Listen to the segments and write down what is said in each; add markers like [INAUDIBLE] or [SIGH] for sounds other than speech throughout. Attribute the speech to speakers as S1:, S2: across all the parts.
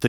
S1: The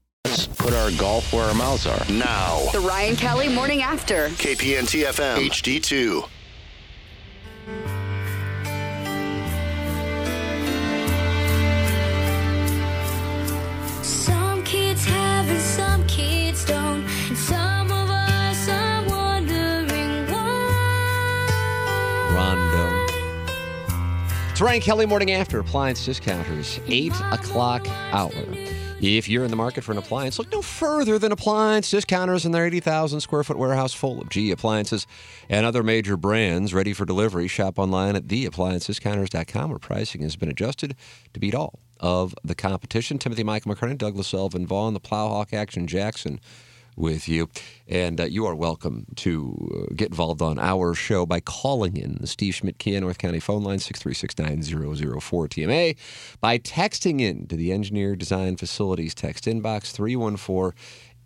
S2: Let's put our golf where our mouths are.
S3: Now,
S4: The Ryan Kelly Morning After.
S3: KPNT FM HD2.
S5: Some kids have and some kids don't. And some of us are wondering why.
S6: Rondo. It's Ryan Kelly Morning After Appliance Discounters, 8 o'clock hour. If you're in the market for an appliance, look no further than Appliance Discounters and their 80,000 square foot warehouse full of G appliances and other major brands ready for delivery. Shop online at theappliancediscounters.com where pricing has been adjusted to beat all of the competition. Timothy Michael McCurnan, Douglas Elvin Vaughn, the Plowhawk Action Jackson with you. And uh, you are welcome to uh, get involved on our show by calling in the Steve Schmidt Kia North County phone line 6369004 TMA by texting in to the Engineer Design Facilities text inbox 314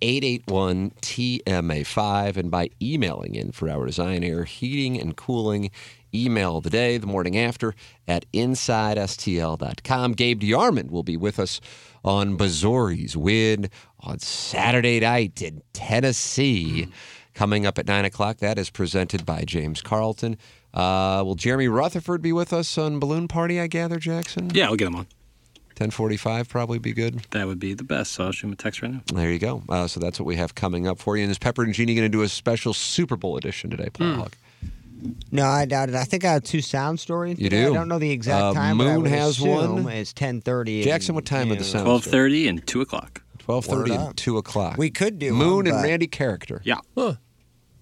S6: 881 TMA5 and by emailing in for our design air heating and cooling email of the day, the morning after, at InsideSTL.com. Gabe DiArmond will be with us on Missouri's win on Saturday night in Tennessee. Coming up at 9 o'clock, that is presented by James Carlton. Uh, will Jeremy Rutherford be with us on Balloon Party, I gather, Jackson?
S7: Yeah, I'll get him on.
S6: 1045 probably be good.
S7: That would be the best. So I'll shoot him a text right now.
S6: There you go. Uh, so that's what we have coming up for you. And is Pepper and Jeannie going to do a special Super Bowl edition today,
S7: Hmm.
S6: Plowhawk?
S8: No, I doubt it. I think I have two sound stories.
S6: You
S8: today.
S6: do?
S8: I don't know the exact
S6: Uh,
S8: time. but I
S6: Moon
S8: would
S6: has
S8: assume
S6: one.
S8: It's ten thirty.
S6: Jackson, what time are the sound?
S7: 12.30 and 2 o'clock.
S6: 1230
S8: Word
S6: and
S8: up.
S6: 2 o'clock.
S8: We could do
S6: Moon
S8: one,
S6: and
S8: but-
S6: Randy Character.
S7: Yeah.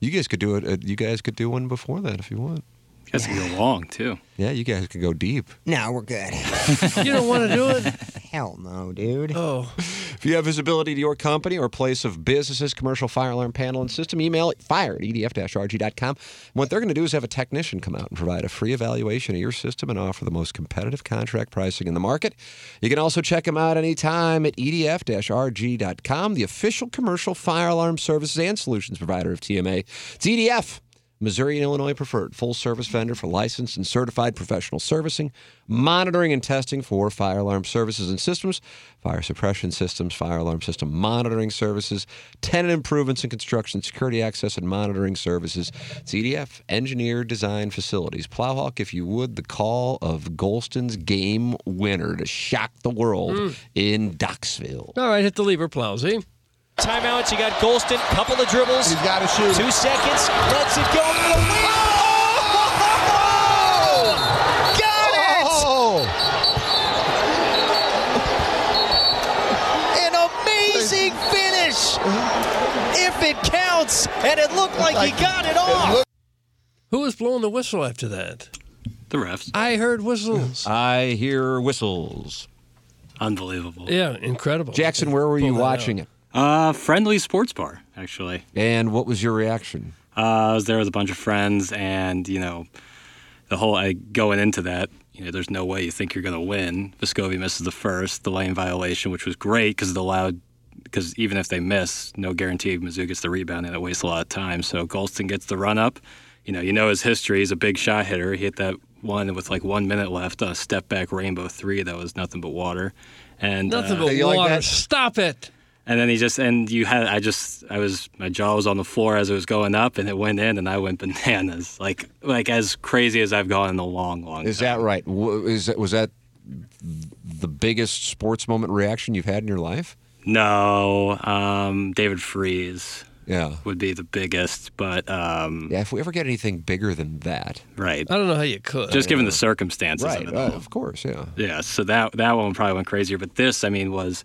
S6: You guys could do it. uh, You guys could do one before that if you want.
S7: You guys can go long, too.
S6: Yeah, you guys could go deep.
S8: No,
S9: [LAUGHS]
S8: we're good.
S10: You don't want to do it?
S8: [LAUGHS] Hell no, dude.
S9: Oh.
S6: If you have visibility to your company or place of businesses, commercial fire alarm panel and system, email fire at E edf-rg.com. What they're going to do is have a technician come out and provide a free evaluation of your system and offer the most competitive contract pricing in the market. You can also check them out anytime at E edf-rg.com, the official commercial fire alarm services and solutions provider of TMA. It's E EDF. Missouri and Illinois preferred full service vendor for licensed and certified professional servicing, monitoring and testing for fire alarm services and systems, fire suppression systems, fire alarm system monitoring services, tenant improvements and construction, security access and monitoring services. It's EDF, Engineer Design Facilities. Plowhawk, if you would, the call of Golston's game winner to shock the world in Docksville.
S9: Mm. All right, hit the lever, Plowsy. Timeouts. You got Golston. Couple of dribbles. He's got to shoot. Oh! Two seconds. Lets it go for the win. Oh! An amazing finish, if it counts. And it looked like he got it off. Who was blowing the whistle after that?
S7: The refs.
S9: I heard
S7: [LAUGHS]
S9: whistles.
S6: I hear whistles.
S7: Unbelievable.
S9: yeah, incredible.
S6: Jackson, where were you watching it?
S7: Uh, friendly sports bar, actually.
S6: And what was your reaction?
S7: Uh, I was there with a bunch of friends, and you know, the whole I going into that, you know, there's no way you think you're going to win. Vescovi misses the first, the lane violation, which was great because it allowed. Because even if they miss, no guarantee Mizzou gets the rebound, and it wastes a lot of time. So Golston gets the run up. You know, you know his history. He's a big shot hitter. He hit that one with like one minute left on a step back rainbow three that was nothing but water. And
S9: Nothing
S7: uh,
S9: but
S6: you like
S9: Oh, water.
S6: that?
S9: Stop it.
S7: and then he just and you had I just I was my jaw was on the floor as it was going up and it went in and I went bananas like like as crazy as I've gone in a long long
S6: Is
S7: time.
S6: that right? W- Is that, was that the biggest sports moment reaction you've had in your life?
S7: no um, David Freeze
S6: Yeah.
S7: would be the biggest, but um,
S6: yeah, if we ever get anything bigger than that,
S7: right?
S9: I don't know how you could.
S7: Just given the circumstances
S6: right?
S7: of it
S6: oh,
S7: all.
S6: of course, yeah.
S7: Yeah, so that that one probably went crazier, but this, I mean, was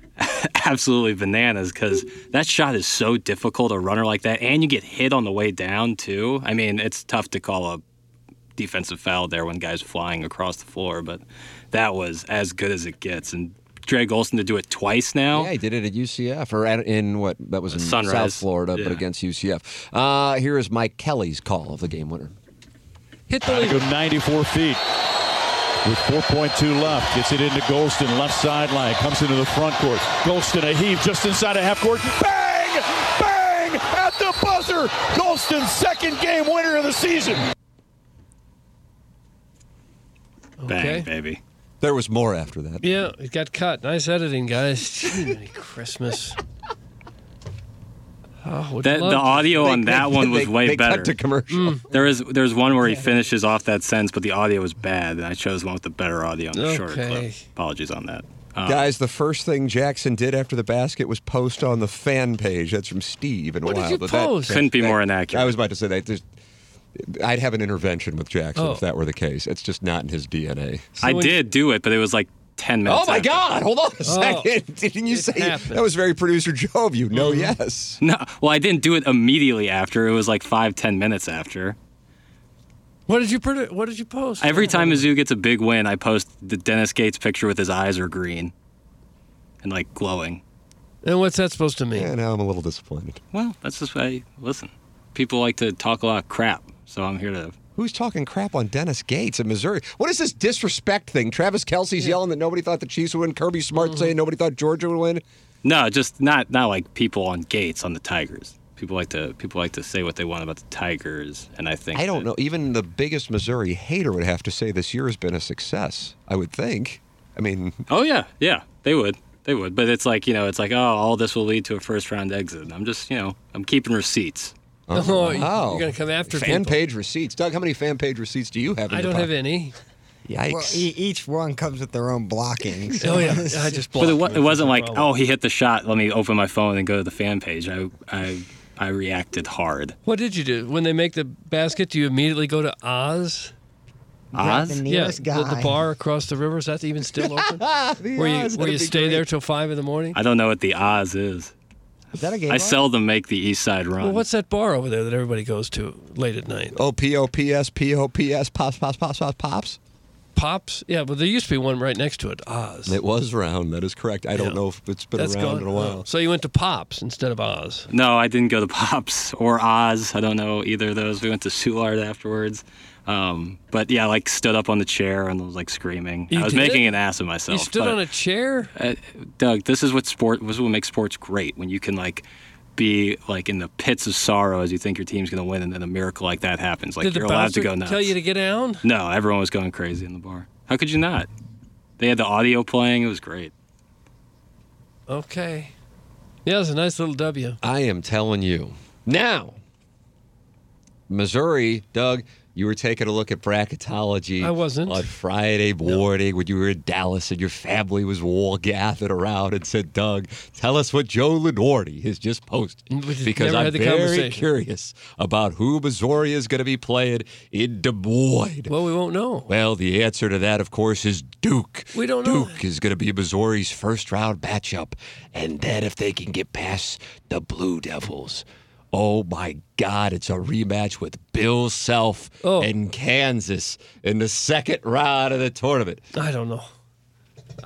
S7: [LAUGHS] absolutely bananas because that shot is so difficult a runner like that, and you get hit on the way down too. I mean, it's tough to call a defensive foul there when guys flying across the floor, but that was as good as it gets, and Greg Olson to do it twice now.
S6: Yeah, he did it at UCF or at, in what that was in South
S7: Sunrise.
S6: Florida,
S7: Yeah.
S6: but against UCF. Uh, here is Mike Kelly's call of the game winner.
S9: Hit the lead.
S11: 94 feet. With 4.2 left, gets it into Golston, left sideline, comes into the front court. Golston a heave just inside of half court. Bang! Bang! At the buzzer! Golston's second game winner of the season.
S7: Bang, baby.
S6: There was more after that.
S9: Yeah, it got cut. Nice editing, guys. Gee, Merry
S7: [LAUGHS]
S9: Christmas. Oh, would
S7: That,
S9: love
S7: the
S9: to-
S7: audio on that one was way better.
S6: commercial.
S7: There is there's one where he finishes off that sentence, but the audio was bad, and I chose one with the better audio on the shorter clip.
S6: Okay.
S7: Apologies on that. Um,
S6: Guys, the first thing Jackson did after the basket was post on the fan page. That's from Steve and
S7: What did
S6: Wild.
S7: you
S6: but that-
S7: post? Couldn't be more inaccurate.
S6: I was about to say that. There's, I'd have an intervention with Jackson if
S7: Oh.
S6: that were the case. It's just not in his DNA.
S7: I did do it, but it was like ten minutes.
S6: Oh my
S7: after.
S6: God! Hold on a
S7: Oh.
S6: [LAUGHS] second. Didn't you say that was very producer Joe of you? No, yes.
S7: No, well, I didn't do it immediately after. It was like five, ten minutes after.
S9: What did you produ- What did you post?
S7: Every time Mizzou gets a big win, I post the Dennis Gates picture with his eyes are green and like glowing.
S9: And what's that supposed to mean?
S6: Yeah, now I'm a little disappointed.
S7: Well, that's just why. Listen, people like to talk a lot of crap, so I'm here to.
S6: Who's talking crap on Dennis Gates in Missouri? What is this disrespect thing? Travis Kelsey's yelling that nobody thought the Chiefs would win. Kirby Smart saying nobody thought Georgia would win.
S7: Mm-hmm. No, just not not like people on Gates on the Tigers. People like to people like to say what they want about the Tigers, and I think
S6: I don't know. Even the biggest Missouri hater would have to say this year has been a success. I would think. I mean,
S7: Oh yeah, yeah, they would, they would. But it's like you know, it's like oh, all this will lead to a first round exit. And I'm just you know, I'm keeping receipts.
S9: Oh, you- you're gonna come after
S6: fan
S9: people.
S6: page receipts. Doug, how many fan page receipts do you have? In
S9: I
S6: your
S9: don't have
S6: pocket?
S9: any.
S6: Yikes!
S8: Well, e- each one comes with their own
S6: [LAUGHS]
S8: blocking.
S9: Oh, yeah. I just
S7: But it, wa- it wasn't like oh, he hit the shot. Let me open my phone and go to the fan page. I I I reacted hard.
S9: What did you do when they make the basket? Do you immediately go to Oz?
S7: Grab the Oz?
S9: yeah,
S7: nearest
S9: the- The,
S7: guy.
S9: bar across the river is that even still open? where you
S7: Oz,
S9: where you
S7: that'd be
S9: stay there till five in the morning?
S7: I don't know what the Oz is.
S9: Is that a
S7: I seldom make the East Side run.
S9: Well, what's that bar over there that everybody goes to late at night?
S6: Oh, P O P S P O P S pops pops pops pops pops.
S9: Pops? Yeah, but there used to be one right next to it, Oz.
S6: It was round. That is correct. I don't know if it's been
S9: That's
S6: around
S9: gone.
S6: in a while.
S9: Oh, So you went to Pops instead of Oz.
S7: No, I didn't go to Pops or Oz. I don't know either of those. We went to Soulard afterwards. Um, but yeah, I, like stood up on the chair and was like screaming.
S9: You
S7: I was
S9: did?
S7: making an ass of myself.
S9: you stood
S7: but-
S9: on a chair?
S7: uh, Doug, this is what sport this is what makes sports great when you can like be like in the pits of sorrow as you think your team's going to win, and then a miracle like that happens. Like
S9: Did the
S7: you're allowed to
S9: bouncer
S7: go nuts.
S9: tell you to get down?
S7: no, everyone was going crazy in the bar. How could you not? They had the audio playing. It was great.
S9: Okay. Yeah, it was a nice little W.
S6: I am telling you. Now, Missouri, Doug, you were taking a look at bracketology.
S9: I wasn't.
S6: On Friday morning when you were in Dallas and your family was all gathered around and said, Doug, tell us what Joe Linordi has just posted.
S9: We just
S6: Because
S9: never
S6: I'm
S9: had the
S6: very
S9: conversation.
S6: curious about who Missouri is going to be playing in Des Moines.
S9: Well, we won't know.
S6: Well, the answer to that, of course, is Duke.
S9: We don't know.
S6: Duke is going to be Missouri's first round matchup. And then if they can get past the Blue Devils, oh my God, it's a rematch with Bill Self
S9: Oh.
S6: and Kansas in the second round of the tournament.
S9: I don't know.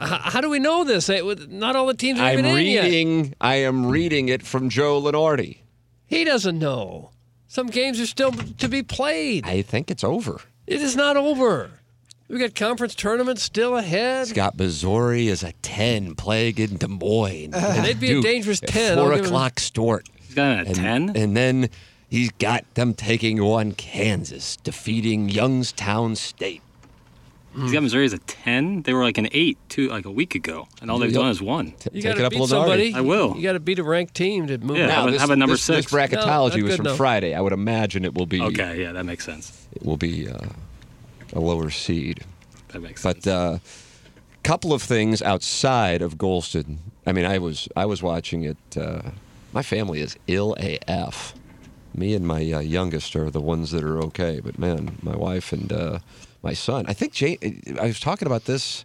S9: H- how do we know this? Eh, with- Not all the teams are
S6: I'm
S9: even in yet.
S6: reading I am reading it from Joe Lenardi.
S9: He doesn't know. Some games are still to be played.
S6: I think it's over.
S9: It is not over. We got conference tournaments still ahead.
S6: It's got Missouri as a 10 playing in Des
S9: [LAUGHS]
S6: Moines.
S9: And they'd be a
S6: Duke
S9: dangerous
S6: at
S9: 10, I'll
S6: 4
S9: give 'em-
S6: o'clock start.
S7: He's got a ten.
S6: And then he's got them taking on Kansas, defeating Youngstown State.
S7: He's got Missouri as a ten. They were like an eight two like a week ago, and all they've
S6: Yep.
S7: done is one.
S9: You got to beat somebody.
S7: I will.
S9: You got to beat a ranked team to move.
S7: Yeah,
S9: on.
S7: how about- how about number
S6: this,
S7: six?
S6: This bracketology
S9: No,
S6: was
S9: good
S6: from
S9: enough.
S6: Friday. I would imagine it will be
S7: Okay, yeah, that makes sense.
S6: it will be uh, a lower seed.
S7: That makes sense.
S6: But a uh, couple of things outside of Golston. I mean, I was I was watching it uh, My family is ill AF. Me and my uh, youngest are the ones that are okay, but man, my wife and uh, my son. I think Jay, I was talking about this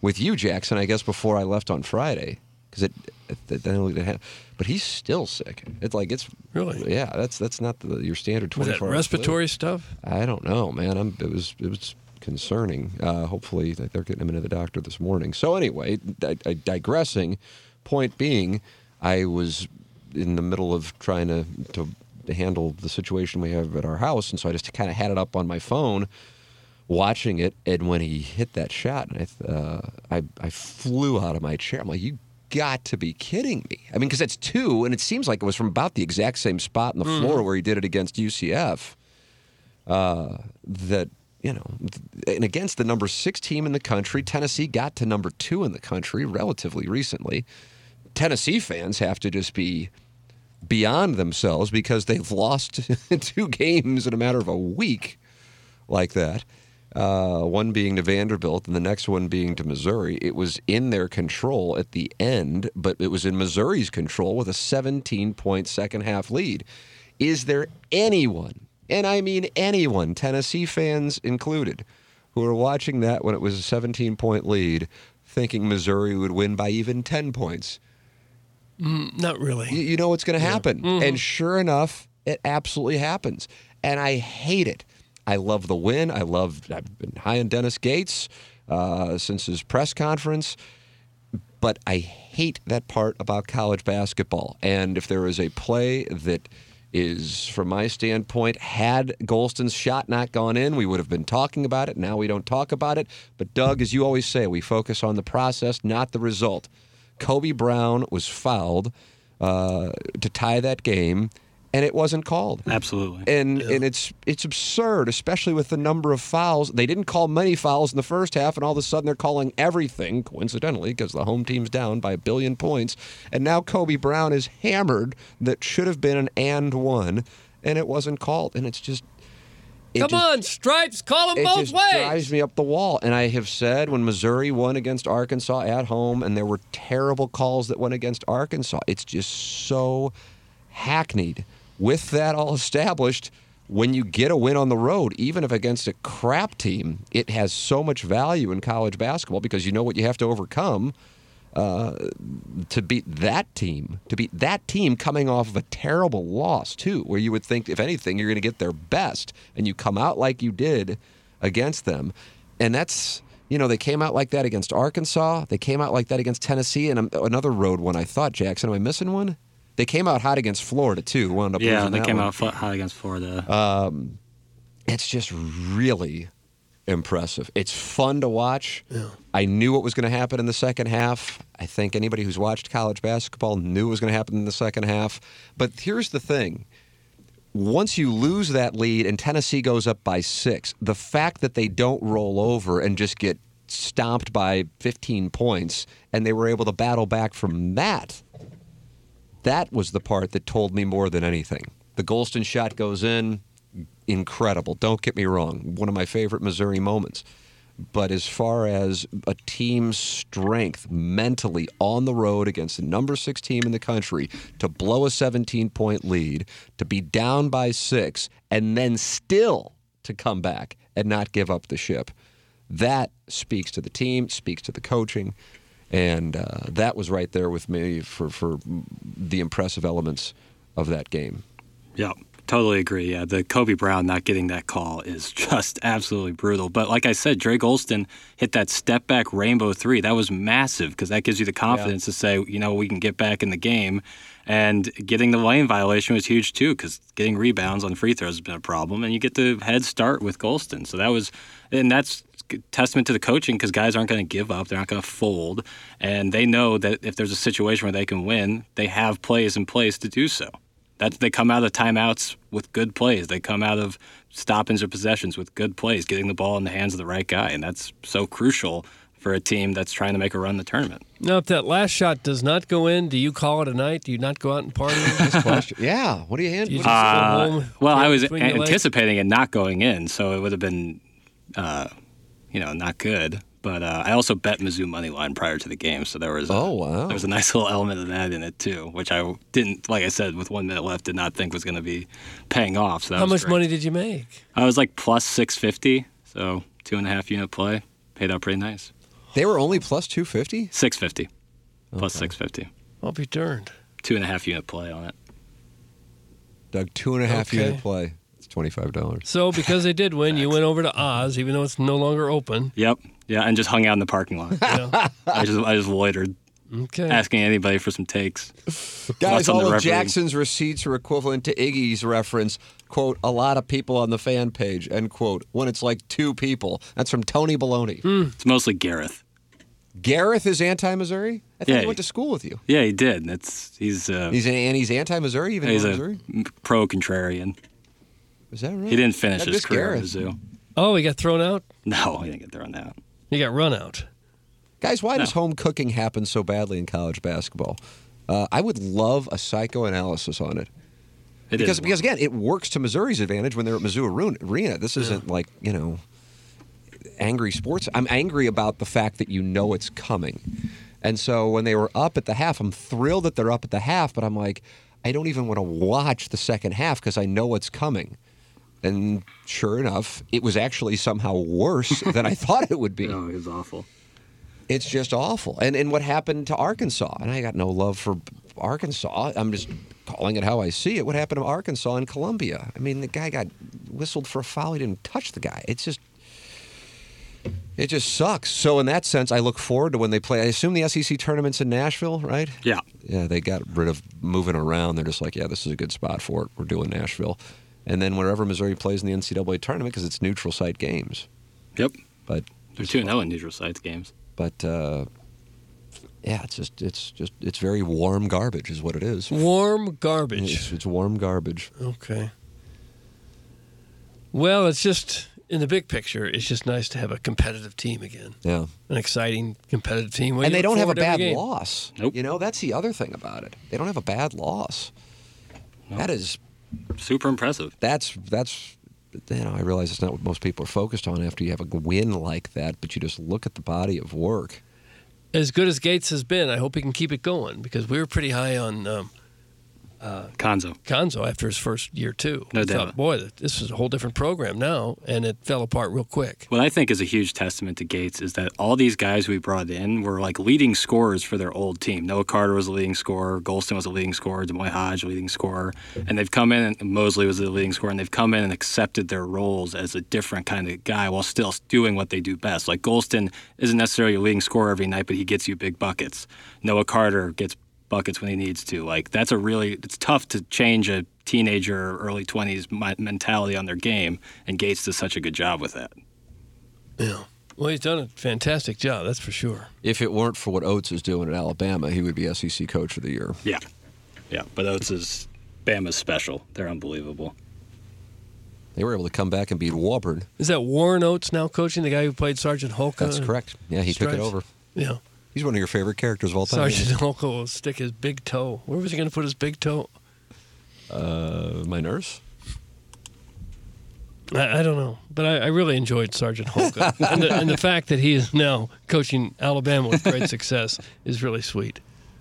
S6: with you, Jackson. I guess before I left on Friday, because it, it, it, it, but he's still sick. It's like it's really, yeah. That's that's not the, your standard
S12: Was
S6: twenty
S12: that
S6: four
S12: respiratory stuff?
S6: I don't know, man. I'm, it was it was concerning. Uh, hopefully, that they're getting him into the doctor this morning. So anyway, di- I, digressing. Point being, I was in the middle of trying to to to handle the situation we have at our house, and so I just kind of had it up on my phone, watching it. And when he hit that shot, and I th- uh, I, I flew out of my chair. I'm like, you. Got to be kidding me! I mean, because that's two, and it seems like it was from about the exact same spot in the
S12: Mhm.
S6: floor where he did it against UCF uh, that you know, th- and against the number six team in the country, Tennessee got to number two in the country relatively recently. Tennessee fans have to just be beyond themselves because they've [LAUGHS] lost two games in a matter of a week like that. Uh, one being to Vanderbilt and the next one being to Missouri. It was in their control at the end, but it was in Missouri's control with a 17 point second half lead. Is there anyone, and I mean anyone, Tennessee fans included, who were watching that when it was a 17 point lead, thinking Missouri would win by even 10 points?
S12: Mm, not really.
S6: You, you know what's going to happen. And sure enough, it absolutely happens. And I hate it. I love the win. I love, I've been high on Dennis Gates uh, since his press conference. But I hate that part about college basketball. And if there is a play that is, from my standpoint, had Golston's shot not gone in, we would have been talking about it. Now we don't talk about it. But, Doug, as you always say, we focus on the process, not the result. Kobe Brown was fouled uh, to tie that game, and it wasn't called.
S7: Absolutely.
S6: And and it's it's absurd, especially with the number of fouls. They didn't call many fouls in the first half, and all of a sudden they're calling everything. Coincidentally, because the home team's down by a billion points, and now Kobe Brown is hammered. That should have been an and one, and it wasn't called. And it's just it
S12: Come
S6: just-
S12: on, stripes, call them
S6: it
S12: both
S6: just
S12: ways.
S6: drives me up the wall. And I have said when Missouri won against Arkansas at home, and there were terrible calls that went against Arkansas. It's just so hackneyed. With that all established, when you get a win on the road, even if against a crap team, it has so much value in college basketball because you know what you have to overcome uh, to beat that team, to beat that team coming off of a terrible loss, too, where you would think, if anything, you're going to get their best, and you come out like you did against them. And that's, you know, they came out like that against Arkansas. They came out like that against Tennessee, and um, another road one I thought, Jackson. Am I missing one? They came out hot against Florida, too. Wound up
S7: yeah,
S6: losing
S7: they
S6: that
S7: came
S6: one.
S7: out fl- hot against Florida.
S6: Um, it's just really impressive. It's fun to watch. I knew what was going to happen in the second half. I think anybody who's watched college basketball knew what was going to happen in the second half. But here's the thing. Once you lose that lead and Tennessee goes up by six, the fact that they don't roll over and just get stomped by 15 points and they were able to battle back from that that was the part that told me more than anything. The Golston shot goes in, incredible. Don't get me wrong, one of my favorite Missouri moments. But as far as a team's strength mentally on the road against the number six team in the country to blow a 17 point lead, to be down by six, and then still to come back and not give up the ship, that speaks to the team, speaks to the coaching, and uh, that was right there with me for for the impressive elements of that game.
S7: Yeah, totally agree. Yeah, the Kobe Brown not getting that call is [LAUGHS] just absolutely brutal. But like I said, Drake Olston hit that step back rainbow three. That was massive because that gives you the confidence to say, you know, we can get back in the game. And getting the lane violation was huge too because getting rebounds on free throws has been a problem. And you get the head start with Golston. So that was, and that's testament to the coaching because guys aren't going to give up. They're not going to fold. And they know that if there's a situation where they can win, they have plays in place to do so. That's they come out of timeouts with good plays. They come out of stoppings or possessions with good plays, getting the ball in the hands of the right guy, and that's so crucial for a team that's trying to make a run in the tournament.
S12: Now, if that last shot does not go in, do you call it a night? Do you not go out and party?
S6: yeah. What do you hand?
S12: You just
S6: what do you-
S12: go
S7: Uh,
S12: home,
S7: well,
S12: throw
S7: I
S12: it
S7: was
S12: between your legs?
S7: anticipating it not going in, so it would have been, uh, you know, not good. But uh, I also bet Mizzou money line prior to the game, so there was a,
S6: Oh, wow.
S7: there was a nice little element of that in it too, which I didn't, like I said, with one minute left, did not think was going to be paying off. So that
S12: How
S7: was
S12: much
S7: great.
S12: money did you make?
S7: I was like plus six fifty, so two and a half unit play paid out pretty nice.
S6: They were only plus two fifty.
S7: Six fifty, plus six fifty.
S12: I'll be darned.
S7: Two and a half unit play on it.
S6: Doug, two and a half
S12: Okay.
S6: unit play. It's twenty five dollars.
S12: So because they did win, you went over to Oz, even though it's no longer open.
S7: Yep. Yeah, and just hung out in the
S12: [LAUGHS]
S7: parking lot. I just I just loitered,
S12: Okay.
S7: asking anybody for some takes.
S6: Guys,
S7: Lots on the
S6: all of
S7: referee.
S6: Jackson's receipts are equivalent to Iggy's reference. Quote, a lot of people on the fan page, end quote, when it's like two people. That's from Tony Baloney.
S7: It's mostly Gareth.
S6: Gareth is anti Missouri? I think
S7: Yeah,
S6: he went
S7: he-
S6: to school with you.
S7: Yeah, he did. That's he's uh,
S6: He's an, and he's anti Missouri, even
S7: he's
S6: though
S7: a
S6: Missouri?
S7: pro contrarian.
S6: Is Hmm. that right?
S7: He didn't finish
S6: I
S7: his
S6: miss
S7: career
S6: Gareth.
S7: at Mizzou.
S12: Oh, he got thrown out.
S7: No, he didn't get thrown out.
S12: He got run out.
S6: Guys, why does home cooking happen so badly in college basketball? Uh, I would love a psychoanalysis on it.
S7: It
S6: because,
S7: is
S6: because again, it works to Missouri's advantage when they're at Mizzou Arun- Arena. This isn't like you know, angry sports. I'm angry about the fact that you know it's coming, and so when they were up at the half, I'm thrilled that they're up at the half, but I'm like, I don't even want to watch the second half because I know what's coming. And sure enough, it was actually somehow worse [LAUGHS] than I thought it would be.
S7: No, it Oh, was awful.
S6: It's just awful. And and what happened to Arkansas? And I got no love for Arkansas. I'm just calling it how I see it. What happened to Arkansas and Columbia? I mean, the guy got whistled for a foul. He didn't touch the guy. It's just it just sucks. So in that sense, I look forward to when they play. I assume the SEC tournaments in Nashville, right?
S7: Yeah.
S6: Yeah, they got rid of moving around. They're just like, yeah, this is a good spot for it. We're doing Nashville. And then wherever Missouri plays in the NCAA tournament, because it's neutral site games.
S7: Yep.
S6: But
S7: They're two and zero in neutral sites games.
S6: but uh, yeah, it's just it's just it's very warm garbage is what it is.
S12: Warm garbage.
S6: It's, it's warm garbage.
S12: Okay. Well, it's just in the big picture, it's just nice to have a competitive team again.
S6: Yeah.
S12: An exciting competitive team. Well,
S6: and
S12: you
S6: they
S12: look
S6: don't
S12: forward
S6: have a
S12: to
S6: bad
S12: every game.
S6: loss. Nope. You know, that's the other thing about it. They don't have a bad loss. That is
S7: super impressive.
S6: That's that's you know, I realize it's not what most people are focused on after you have a win like that, but you just look at the body of work.
S12: As good as Gates has been, I hope he can keep it going because we were pretty high on um, uh,
S7: Conzo.
S12: Conzo after his first year too.
S7: No
S12: We
S7: doubt.
S12: Thought, Boy, this is a whole different program now, and it fell apart real quick.
S7: What I think is a huge testament to Gates is that all these guys we brought in were like leading scorers for their old team. Noah Carter was a leading scorer, Golston was a leading scorer, Demoy Hodge leading scorer, and they've come in and Mosley was the leading scorer, and they've come in and accepted their roles as a different kind of guy while still doing what they do best. Like Golston isn't necessarily a leading scorer every night, but he gets you big buckets. Noah Carter gets buckets when he needs to. Like that's a really it's tough to change a teenager or early 20s mi- mentality on their game and Gates does such a good job with that.
S12: Yeah. Well, he's done a fantastic job, that's for sure.
S6: If it weren't for what Oates is doing at Alabama, he would be SEC coach of the year.
S7: Yeah. Yeah. But Oates is Bama's special. They're unbelievable.
S6: They were able to come back and beat Auburn.
S12: Is that Warren Oates now coaching the guy who played Sergeant Hulk?
S6: That's
S12: on
S6: correct. Yeah, he took it
S12: Stripes?
S6: over.
S12: Yeah.
S6: He's one of your favorite characters of all time.
S12: Sergeant Hulk will stick his big toe. Where was he going to put his big toe?
S6: Uh, my nurse.
S12: I, I don't know, but I, I really enjoyed Sergeant Hulk,
S6: [LAUGHS]
S12: and, the, and the fact that he is now coaching Alabama with great success is really sweet.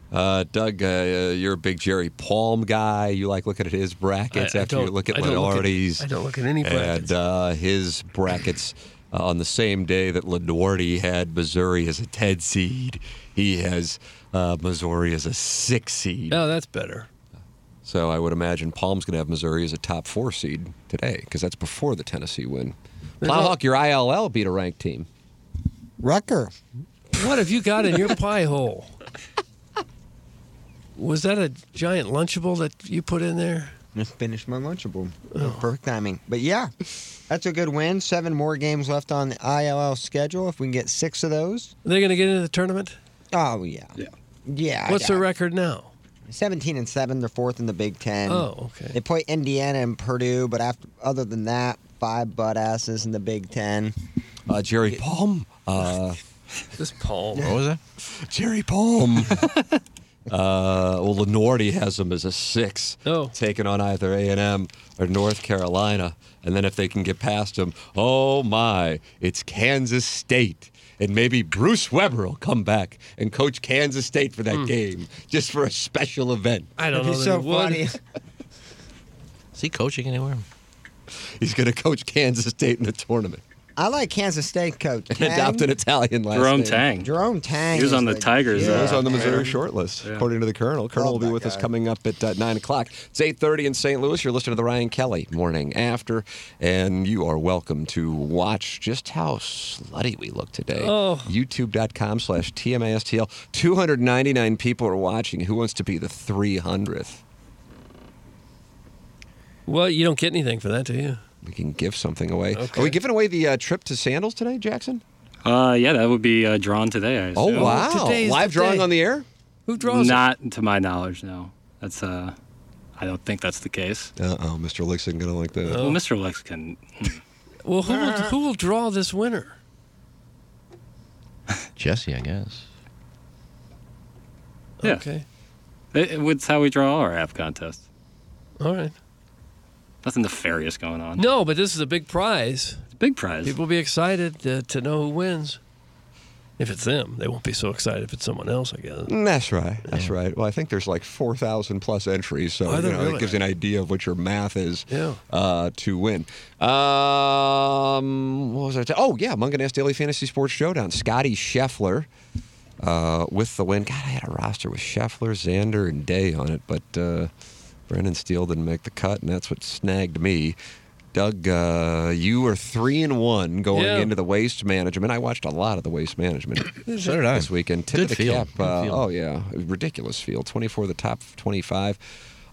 S6: Uh, Doug, uh, you're a big Jerry Palm guy. You like looking at his brackets
S12: I- I
S6: after you
S12: don't-
S6: look at
S12: I don't look at-
S6: Lenardi's.
S12: I don't look at any brackets.
S6: And uh, his brackets uh, on the same day that Lenardi had Missouri as a 10 seed, he has uh, Missouri as a 6 seed.
S12: Oh, that's better.
S6: So I would imagine Palm's going to have Missouri as a top 4 seed today because that's before the Tennessee win. Plowhawk, your ILL beat a ranked team.
S8: Rucker.
S12: What have you got in your pie hole? Was that a giant Lunchable that you put in there?
S8: Just finished my Lunchable.
S12: Oh,
S8: Perfect timing. But yeah, that's a good win. Seven more games left on the ILL schedule. If we can get six of those.
S12: Are they going to get into the tournament?
S8: Oh, yeah. Yeah. Yeah.
S12: What's their record now?
S8: 17 and 7. They're fourth in the Big Ten.
S12: Oh, okay.
S8: They play Indiana and Purdue, but after, other than that, five butt asses in the Big Ten.
S6: Uh, Jerry
S8: [LAUGHS]
S6: Palm. Uh,
S12: This Palm.
S6: [LAUGHS] Jerry Palm. Uh, well, Lenorti has them as a six,
S12: Oh.
S6: taking on either A and M or North Carolina, and then if they can get past them, oh my, it's Kansas State. And maybe Bruce Weber will come back and coach Kansas State for that
S12: Hmm.
S6: game, just for a special event.
S12: [LAUGHS] I don't know. that he would. [LAUGHS]
S6: Is he coaching anywhere? He's going to coach Kansas State in the tournament.
S8: I like Kansas State coach.
S6: And
S8: Tang.
S6: adopt an Italian last
S7: Jerome
S6: name.
S7: Tang.
S8: Jerome Tang.
S7: He was
S8: is
S7: on the Tigers,
S6: Yeah, Oh,
S7: uh,
S6: he was on the Missouri
S7: Aaron.
S6: short list,
S7: Yeah.
S6: according to the Colonel. Colonel will be with us coming up at uh, 9 o'clock. It's 8.30 in St. Louis. You're listening to the Ryan Kelly Morning After, and you are welcome to watch just how slutty we look today.
S12: Oh.
S6: YouTube.com slash TMASTL. 299 people are watching. Who wants to be the 300th?
S12: Well, you don't get anything for that, do you?
S6: We can give something away. Are we giving away the uh, trip to Sandals today, Jackson?
S7: Uh, yeah, that would be uh, drawn today. I
S6: Oh,
S7: assume.
S6: wow. Live drawing on the air? Who
S7: Not to my knowledge, no. That's uh, I don't think that's the case.
S6: Uh-oh, Mr. Lexington going to like that.
S7: Well, Mr. Lexington,
S12: Well, who will, who will draw this winner?
S2: Jesse, I guess.
S7: Yeah.
S12: Okay.
S7: it, it- it's how we draw our app contest.
S12: All right.
S7: Nothing nefarious going on.
S12: No, but this is a big prize. It's a
S7: big prize.
S12: People will be excited to, to know who wins. If it's them, they won't be so excited if it's someone else, I guess.
S6: Mm, That's right. That's right. Well, I think there's like 4,000 plus entries, so
S12: Are
S6: you
S12: there
S6: know,
S12: really?
S6: it gives you an idea of what your math is
S12: Yeah.
S6: uh, to win. Um, what was I? Ta- oh, yeah, Munganess Daily Fantasy Sports Showdown. Scotty Scheffler uh, with the win. God, I had a roster with Scheffler, Xander, and Day on it, but uh, Brendan Steele didn't make the cut, and that's what snagged me. Doug, uh, you are three and one going
S12: Yeah.
S6: into the waste management. I watched a lot of the waste management
S12: So did I.
S6: this weekend. Tip of
S2: Good
S6: the
S2: field.
S6: cap.
S2: Good
S6: uh,
S2: field.
S6: oh yeah, ridiculous field. Twenty-four, of the top twenty-five.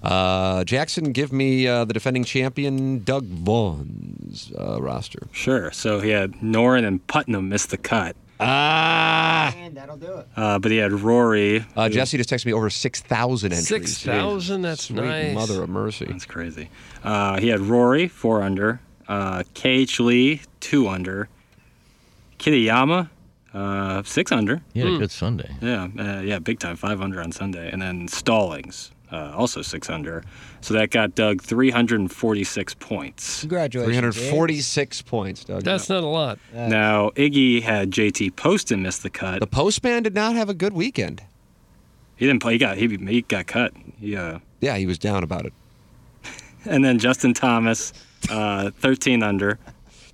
S6: Uh, Jackson, give me uh, the defending champion Doug Vaughn's uh, roster.
S7: Sure. So he had Norin and Putnam miss the cut.
S6: Ah.
S8: And that'll do it.
S7: Uh, but he had Rory.
S6: Uh, Jesse just texted me over six thousand entries.
S12: 6,000? That's
S6: Sweet
S12: nice.
S6: Mother of mercy.
S7: That's crazy. Uh, he had Rory four under, uh, KH Lee two under, Kitayama uh, six under.
S2: He had a good Sunday.
S7: Yeah, uh, yeah, big time, five under on Sunday, and then Stallings uh, also six under. So that got Doug 346 points.
S8: Congratulations.
S6: Three hundred forty-six points, Doug.
S12: That's not a lot.
S7: Now Iggy had JT Poston miss the cut.
S6: The postman did not have a good weekend.
S7: He didn't play. He got he, he got cut. Yeah.
S6: Yeah, he was down about it.
S7: And then Justin Thomas, uh, 13 under.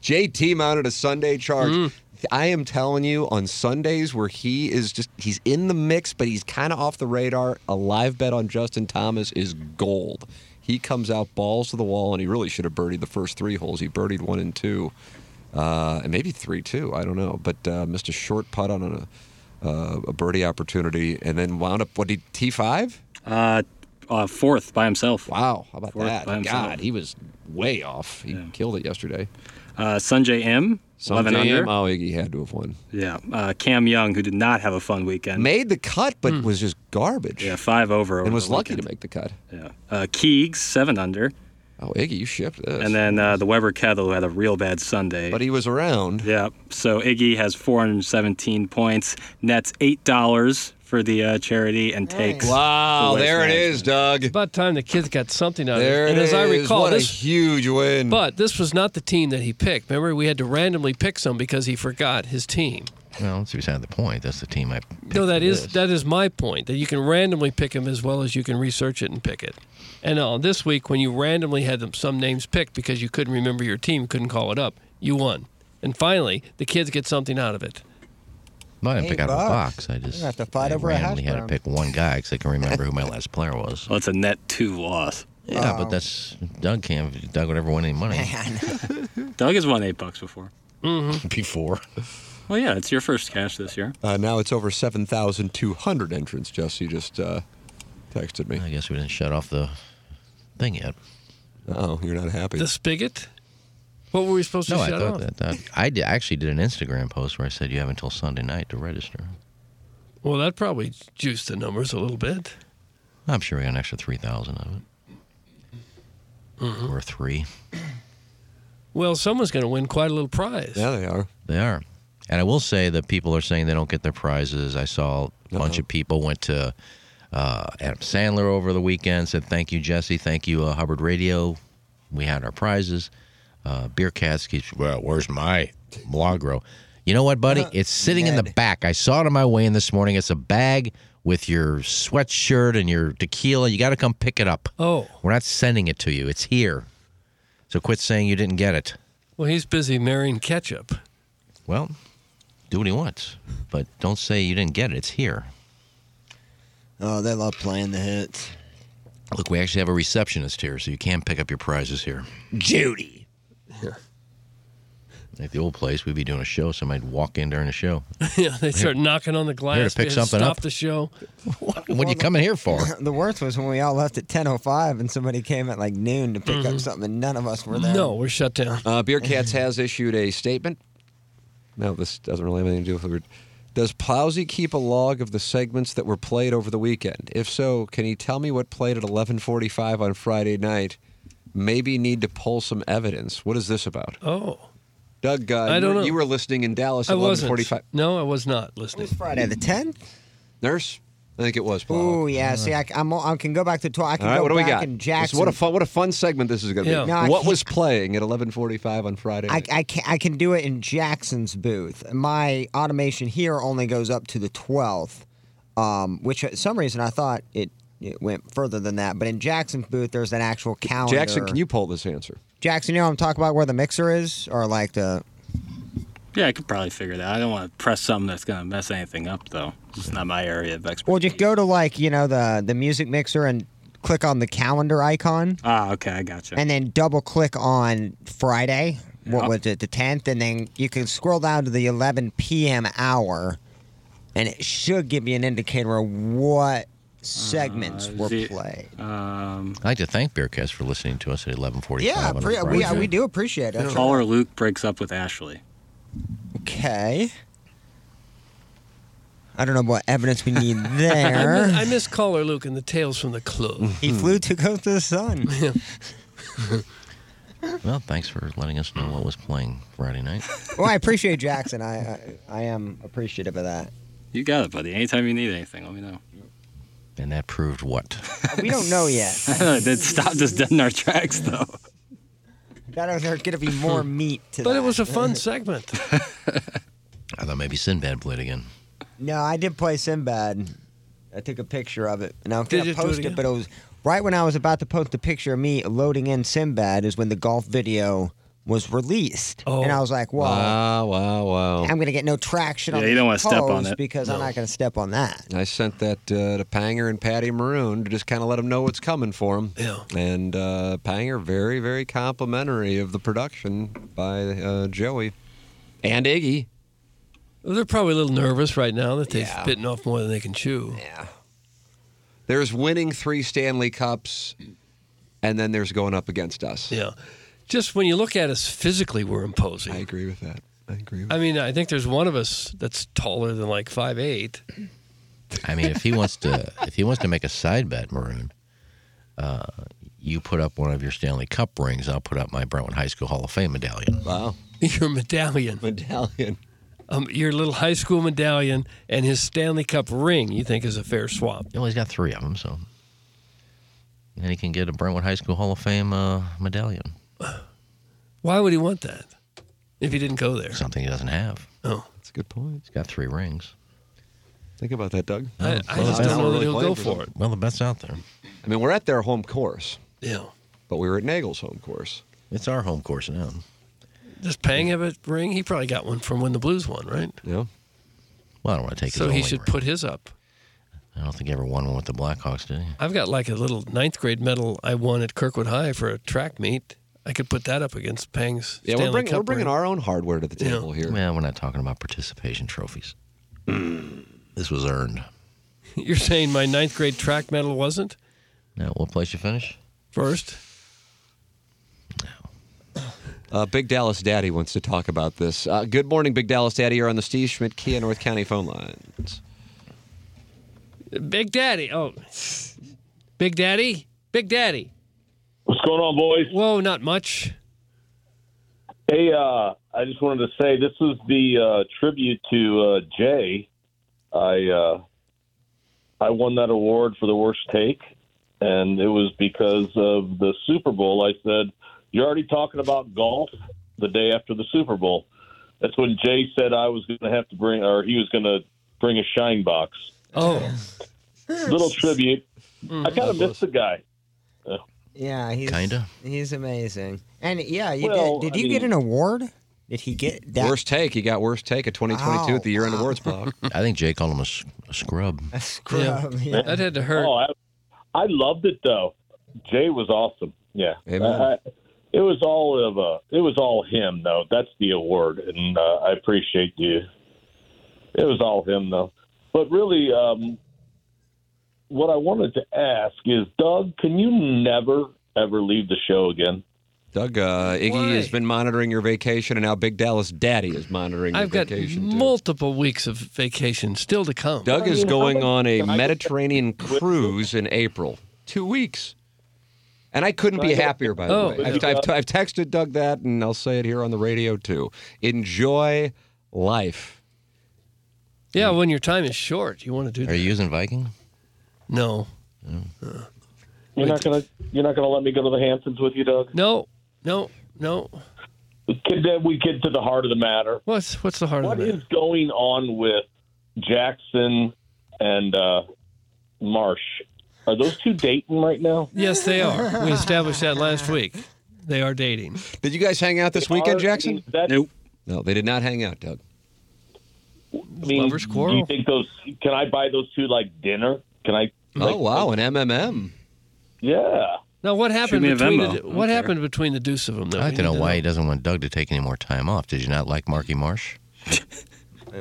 S6: JT mounted a Sunday charge.
S7: Mm.
S6: I am telling you, on Sundays where he is just, he's in the mix, but he's kind of off the radar. A live bet on Justin Thomas is gold. He comes out balls to the wall, and he really should have birdied the first three holes. He birdied one and two, uh, and maybe three, too. I don't know. But uh, missed a short putt on a, uh, a birdie opportunity and then wound up, what, did he T5?
S7: Uh, uh, fourth by himself.
S6: Wow, how about
S7: Fourth
S6: that?
S7: by himself.
S6: God, he was way off. He killed it yesterday.
S7: Uh, Sanjay M, 11
S6: Something-
S7: under.
S6: Oh, he had to have won.
S7: Yeah. Uh, Cam Young, who did not have a fun weekend.
S6: Made the cut, but
S7: Hmm.
S6: was just garbage.
S7: Yeah, five over. over
S6: and was
S7: the
S6: lucky
S7: weekend.
S6: to make the cut.
S7: Yeah. Uh, Keegs, seven under.
S6: Oh, Iggy, you shipped this.
S7: And then uh, the Weber Kettle who had a real bad Sunday.
S6: but he was around.
S7: yeah. So Iggy has 417 points, nets $8 for the uh, charity, and takes.
S6: Wow,
S7: the waste
S6: there it
S7: management.
S6: is, Doug.
S12: About time the kids got something out
S6: There
S12: of it. And
S6: it
S12: as I
S6: is.
S12: recall,
S6: What a
S12: this
S6: huge win. [LAUGHS]
S12: but this was not the team that he picked. Remember, we had to randomly pick some because he forgot his team.
S2: Well, that's beside the point. That's the team I picked.
S12: no, that
S2: for
S12: is
S2: this.
S12: that is my point. That you can randomly pick them as well as you can research it and pick it. And on this week, when you randomly had them, some names picked because you couldn't remember your team, couldn't call it up, you won. And finally, the kids get something out of it.
S2: No, I didn't
S8: Eight
S2: pick out of a
S8: bucks.
S2: box. I just
S8: You're gonna have to fight
S2: I
S8: over a hash
S2: randomly had
S8: brown.
S2: to pick one guy because I can remember who my last player was.
S7: [LAUGHS] Well, it's a net two loss.
S2: Yeah, but that's Doug can't. Doug would ever win any money
S7: Doug has won eight bucks before.
S2: before.
S7: Well, yeah, it's your first cash this year.
S6: Uh, now it's over 7,200 entrants, Jesse just uh, texted me.
S2: I guess we didn't shut off the thing yet.
S6: Oh, you're not happy.
S12: The spigot. What were we supposed to
S2: No, I
S12: shut
S2: thought
S12: off?
S2: that. that I did, I actually did an Instagram post where I said you have until Sunday night to register.
S12: Well, that probably juiced the numbers a little bit.
S2: I'm sure we got an extra three thousand of it, or three.
S12: Well, someone's going to win quite a little prize.
S6: Yeah, they are.
S2: They are. And I will say that people are saying they don't get their prizes. I saw a bunch of people went to Uh, Adam Sandler over the weekend said, Thank you, Jesse. Thank you, uh, Hubbard Radio. We had our prizes. Uh, Beer Cats keeps, well, where's my Milagro? You know what, buddy? It's sitting in the back. I saw it on my way in this morning. It's a bag with your sweatshirt and your tequila. You got to come pick it up.
S12: Oh.
S2: We're not sending it to you, it's here. So quit saying you didn't get it.
S12: Well, he's busy marrying ketchup.
S2: Well, do what he wants, but don't say you didn't get it. It's here.
S8: Oh, they love playing the hits.
S2: Look, we actually have a receptionist here, so you can pick up your prizes here.
S8: Judy.
S2: At the old place, we'd be doing a show. Somebody'd walk in during the show.
S12: yeah, they start knocking on the glass.
S2: Here to pick
S12: they
S2: something
S12: stop
S2: up.
S12: the show.
S2: what you coming here for?
S8: The worst was when we all left at 10.05 and somebody came at like noon to pick up something and none of us were there.
S12: Mm-hmm. No, we're shut down.
S6: Uh, Beer Cats has issued a statement. No, this doesn't really have anything to do with it. Does Plowsy keep a log of the segments that were played over the weekend? If so, can he tell me what played at 11:45 on Friday night? Maybe need to pull some evidence. What is this about?
S12: Oh,
S6: Doug, uh,
S12: I
S6: you
S12: don't
S6: were-
S12: know.
S6: You were listening in Dallas
S12: I
S6: at
S12: wasn't.
S6: 11:45.
S12: No, I was not listening.
S8: Friday the 10th?
S6: Nurse, I think it was.
S8: Oh, yeah. See, I, am I can go back to 12. I can
S6: All right,
S8: go
S6: what do we
S8: back
S6: got?
S8: and
S6: This-
S8: Jackson.
S6: what a fun, what a fun segment this is going to
S8: Yeah.
S6: be.
S8: No, I
S6: what
S8: can't-
S6: was playing at 11:45 on Friday?
S8: I, I, can, I can do it in Jackson's booth. My automation here only goes up to the 12th, um, which for some reason I thought it, it went further than that. But in Jackson's booth, there's an actual calendar.
S6: Jackson, can you pull this answer?
S8: Jackson, you know what I'm talking about where the mixer is? Or like the.
S7: Yeah, I could probably figure that. I don't want to press something that's going to mess anything up, though. It's not my area of expertise.
S8: Well, just go to like, you know, the, the music mixer and click on the calendar icon.
S7: Ah, okay, I gotcha.
S8: and then double click on Friday. What was it, the tenth? And then you can scroll down to the eleven p.m. hour, and it should give you an indicator of what segments
S6: Uh,
S8: were played.
S7: Um,
S2: I'd like to thank Bearcats for listening to us at 11:45.
S8: Yeah,
S2: on a
S8: uh, pre-
S2: Friday
S8: we,
S2: night.
S8: we do appreciate it.
S7: Caller Luke breaks up with Ashley.
S8: Okay. I don't know what evidence we
S6: [LAUGHS]
S8: need
S12: I miss, I
S8: there.
S12: miss caller Luke and the tales from the club.
S2: Hmm.
S8: he flew to go to
S12: [LAUGHS]
S8: the sun.
S2: Well, thanks for letting us know what was playing Friday night.
S8: well, I appreciate Jackson. I, I I am appreciative of that.
S7: You got it, buddy. Anytime you need anything, let
S6: [LAUGHS]
S7: me know.
S2: And that proved what?
S8: We don't know yet.
S7: that stopped us dead in our
S8: [LAUGHS]
S7: tracks, though.
S8: That there's gonna be more meat to
S12: Hmm. But
S8: that.
S12: it was a
S8: [LAUGHS]
S12: fun segment.
S2: I thought maybe Sinbad played again.
S8: No, I did play Sinbad. I took a picture of it, and I was
S12: Did
S8: going
S12: you
S8: to
S12: do it
S8: post it,
S12: again?
S8: but it was right when I was about to post the picture of me loading in Sinbad is when the golf video was released,
S12: Oh.
S8: and I was like, "Well,
S6: Wow, Ah, wow, wow.
S8: I'm going to get no traction on
S6: Yeah, you don't
S8: this
S6: wanna step on
S8: post
S6: it.
S8: because I'm
S6: No.
S8: not going to step on that."
S6: I sent that uh, to Panger and Patty Maroon to just kind of let them know what's coming for them.
S12: Yeah.
S6: And uh, Panger, very, very complimentary of the production by uh, Joey and Iggy.
S12: They're probably a little nervous right now that they've bitten off more than they can chew.
S6: Yeah. There's winning three Stanley Cups, and then there's going up against us.
S12: Yeah. Just when you look at us physically, we're imposing. I
S6: agree with that. I agree with
S12: I mean, I think there's one of us that's taller than like five eight. [LAUGHS]
S2: I mean, if he wants to, if he wants to make a side bet, Maroon, uh, you put up one of your Stanley Cup rings. I'll put up my Brentwood High School Hall of Fame medallion.
S6: Wow. [LAUGHS]
S12: Your medallion.
S6: Medallion.
S12: Um, your little high school medallion and his Stanley Cup ring, you think is a fair swap.
S2: Well, he's got three of them, so. And he can get a Brentwood High School Hall of Fame uh, medallion.
S12: [SIGHS] Why would he want that if he didn't go there?
S2: Something he doesn't have.
S12: Oh,
S6: that's a good point.
S2: He's got three rings.
S6: Think about that, Doug.
S12: I- I just don't know that he'll go for it.
S2: Well, the bet's out there.
S6: I mean, we're at their home course,
S12: Yeah.
S6: but we were at Nagel's home course.
S2: It's our home course now.
S12: Does Pang have a ring? He probably got one from when the Blues won, right?
S6: Yeah.
S2: Well, I don't want to take
S12: so
S2: his
S12: he
S2: only
S12: should
S2: ring.
S12: put his up.
S2: I don't think he ever won one with the Blackhawks, did he?
S12: I've got like a little ninth grade medal I won at Kirkwood High for a track meet. I could put that up against Pang's.
S6: Yeah,
S12: Stanley
S6: we're, bringing
S12: Cup
S6: we're bringing
S12: ring.
S6: our own hardware to the
S12: Yeah.
S6: table here.
S2: Well, we're not talking about participation trophies. This was earned.
S12: You're saying my ninth grade track medal wasn't
S2: Now, what place you finish?
S12: first?
S6: Uh, Big Dallas Daddy wants to talk about this. Uh, good morning, Big Dallas Daddy. You're on the Steve Schmidt Kia North County phone lines.
S12: Big Daddy. Oh, Big Daddy. Big Daddy.
S13: What's going on, boys?
S12: Whoa, not much.
S13: Hey, uh, I just wanted to say this was the uh, tribute to uh, Jay. I uh,
S12: I won that award for the worst take, and it was because of the Super Bowl. I said, "You're already talking about golf the day after the Super Bowl." That's when Jay said I was going to have to bring, or he was going to bring a shine box.
S14: Oh,
S12: little tribute. I kind of
S10: that's
S12: missed the guy. Uh,
S10: Mm-hmm. Yeah, he's
S12: Kinda.
S10: He's amazing. And yeah, you
S12: Well,
S10: did. Did
S12: I
S10: you get
S12: mean-
S10: an award? Did he get that?
S6: Worst take. He got worst take of 2022 at the year end awards
S12: [LAUGHS]
S6: block.
S8: I think Jay called him a, s- a scrub.
S10: A
S14: That had to hurt.
S12: Oh, I, I loved it though. Jay was awesome. Yeah,
S6: Amen.
S12: I- I- it was all of uh, it was all him though. That's the award, and uh, I appreciate you. It was all him though. But really, um, what I wanted to ask is, Doug, can you never ever leave the show again?
S6: Doug, uh, Iggy has been monitoring your vacation, and now Big Dallas Daddy is monitoring your
S14: I've got
S6: vacation.
S14: multiple weeks of vacation still to come.
S6: Doug is going on
S12: [LAUGHS]
S6: a Mediterranean cruise in April. Two weeks. And I couldn't be happier, by the
S14: Oh,
S6: way.
S14: yeah.
S6: I've, I've, I've texted Doug that, and I'll say it here on the radio, too. Enjoy life.
S14: Yeah, when your time is short, you want to do that.
S8: Are you using Viking?
S14: No.
S12: You're not gonna you're not gonna let me go to the Hamptons with you, Doug.
S14: No, no, no.
S12: Could then we get to the heart of the matter?
S14: What's what's the heart
S12: What
S14: of it?
S12: is going on with Jackson and uh, Marsh? Are those two dating right now?
S14: Yes, they are. We established that last week. They are dating.
S6: Did you guys hang out this weekend, Jackson?
S12: nope.
S6: No, they did not hang out, Doug.
S12: I mean,
S6: Lovers
S12: Do
S6: quarrel.
S12: you think those? Can I buy those two like dinner? Can I?
S6: Oh, wow, an MMM.
S12: Yeah.
S14: Now, what happened
S6: me a
S14: between
S6: Venmo.
S14: the,
S6: I
S14: what
S6: don't care.
S14: happened between the deuce of them? Though
S8: I like to
S14: We
S8: know
S14: need
S8: why he doesn't want Doug to take any more time off. Did you not like Marky Marsh?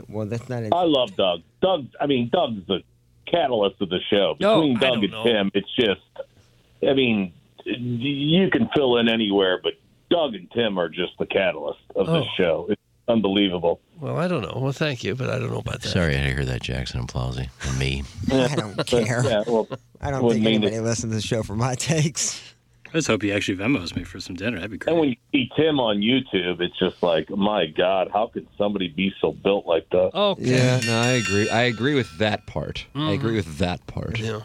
S10: Well, that's not.
S12: I love Doug. Doug. I mean, Doug's the catalyst of the show. Between
S14: I
S12: Doug
S14: don't
S12: and
S14: know.
S12: Tim, it's just. I mean, you can fill in anywhere, but Doug and Tim are just the catalyst of the
S14: Oh.
S12: show. It's unbelievable.
S14: Well, I don't know. Well, thank you, but I don't know about that.
S8: Sorry I had to hear that, Jackson and Plowsy. And me.
S10: I don't care.
S12: Yeah, well,
S10: I don't
S12: wouldn't
S10: think
S12: mean
S10: anybody listens to the show for my takes.
S7: I just hope he actually Venmos me for some dinner. That'd be great.
S12: And when you see Tim on YouTube, it's just like, my God, how could somebody be so built like that?
S7: Oh.
S6: Yeah, no, I agree. I agree with that part. I agree with that part.
S14: Mm-hmm. Yeah.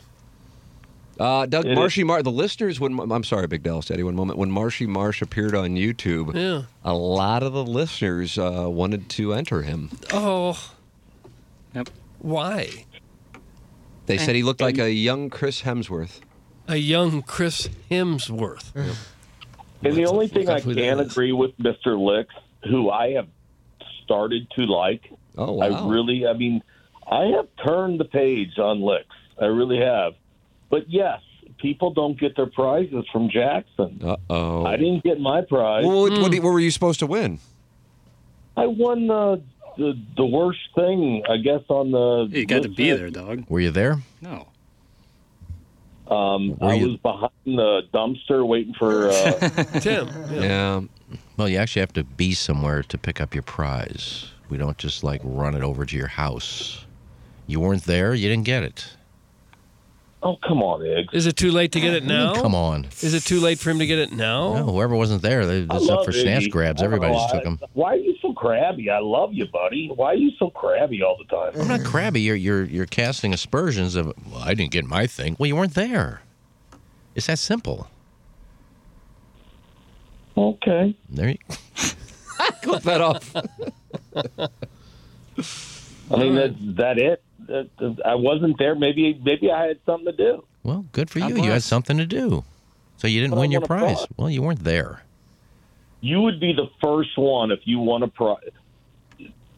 S6: Uh, Doug,
S14: It is-
S6: Marshy Marsh, the listeners, when I'm sorry, Big Dallas Daddy, one moment. When Marshy Marsh appeared on YouTube,
S14: Yeah.
S6: a lot of the listeners uh, wanted to enter him.
S14: Oh. Why?
S6: They said he looked like a young Chris Hemsworth.
S14: A young Chris Hemsworth.
S12: And the only
S14: look
S12: thing
S14: up
S12: I
S14: who that
S12: can
S14: is.
S12: agree with Mr. Licks, who I have started to like.
S6: Oh,
S12: I really, I mean, I have turned the page on Licks. I really have. But yes, people don't get their prizes from Jackson.
S6: Uh oh.
S12: I didn't get my prize.
S6: Well, what,
S14: Hmm.
S6: what, what were you supposed
S14: [LAUGHS]
S6: to win?
S12: I won the, the the worst thing, I guess, on the.
S7: you got to be there, dog.
S8: Were you there?
S7: No.
S12: Um,
S8: Were
S12: I
S8: you-
S12: was behind the dumpster waiting for uh,
S14: Tim.
S6: Yeah.
S8: Well, you actually have to be somewhere to pick up your prize. We don't just like run it over to your house. You weren't there. You didn't get it.
S12: Oh, come on, Mm, Eggs.
S14: Is it too late to get it now?
S8: Come on.
S14: Is it too late for him to get it now?
S8: No, whoever wasn't there, they,
S12: I
S8: it's up
S12: love
S8: for snatch
S12: Iggy.
S8: grabs.
S12: I don't
S8: Everybody
S12: know
S8: just
S12: why-
S8: took them.
S12: Why are you so crabby? I love you, buddy. Why are you so crabby all the time?
S14: Mm.
S8: I'm not crabby. You're you're you're casting aspersions of. Well, I didn't get my thing. Well, you weren't there. It's that simple.
S12: Okay.
S8: There you.
S6: Clip that off.
S12: I mean, that that it. That- that- I wasn't there. Maybe maybe I had something to do.
S8: Well, good for
S12: God
S8: you. You had
S12: bless.
S8: something to do, so you didn't
S12: But I
S8: win your
S12: won a
S8: prize.
S12: prize.
S8: Well, you weren't there.
S12: You would be the first one if you won a prize.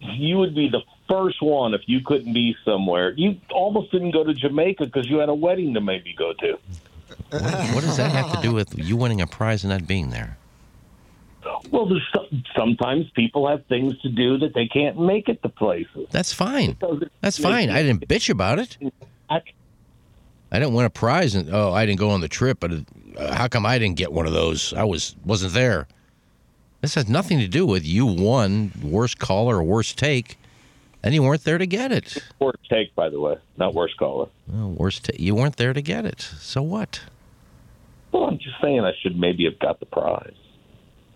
S12: You would be the first one if you couldn't be somewhere. You almost didn't go to Jamaica because you had a wedding to maybe go to.
S8: What, what does that have to do with you winning a prize and not being there?
S12: Well, there's some, sometimes people have things to do that they can't make it to places.
S8: That's fine.
S12: doesn't
S8: That's
S12: make
S8: fine. I didn't bitch about it. I didn't win a prize, and oh, I didn't go on the trip. But uh, how come I didn't get one of those? I was wasn't there. This has nothing to do with you won worst caller or worst take, and you weren't there to get it.
S12: Worst take, by the way, not worst caller.
S8: Well, worst ta- you weren't there to get it. So what?
S12: Well, I'm just saying I should maybe have got the prize.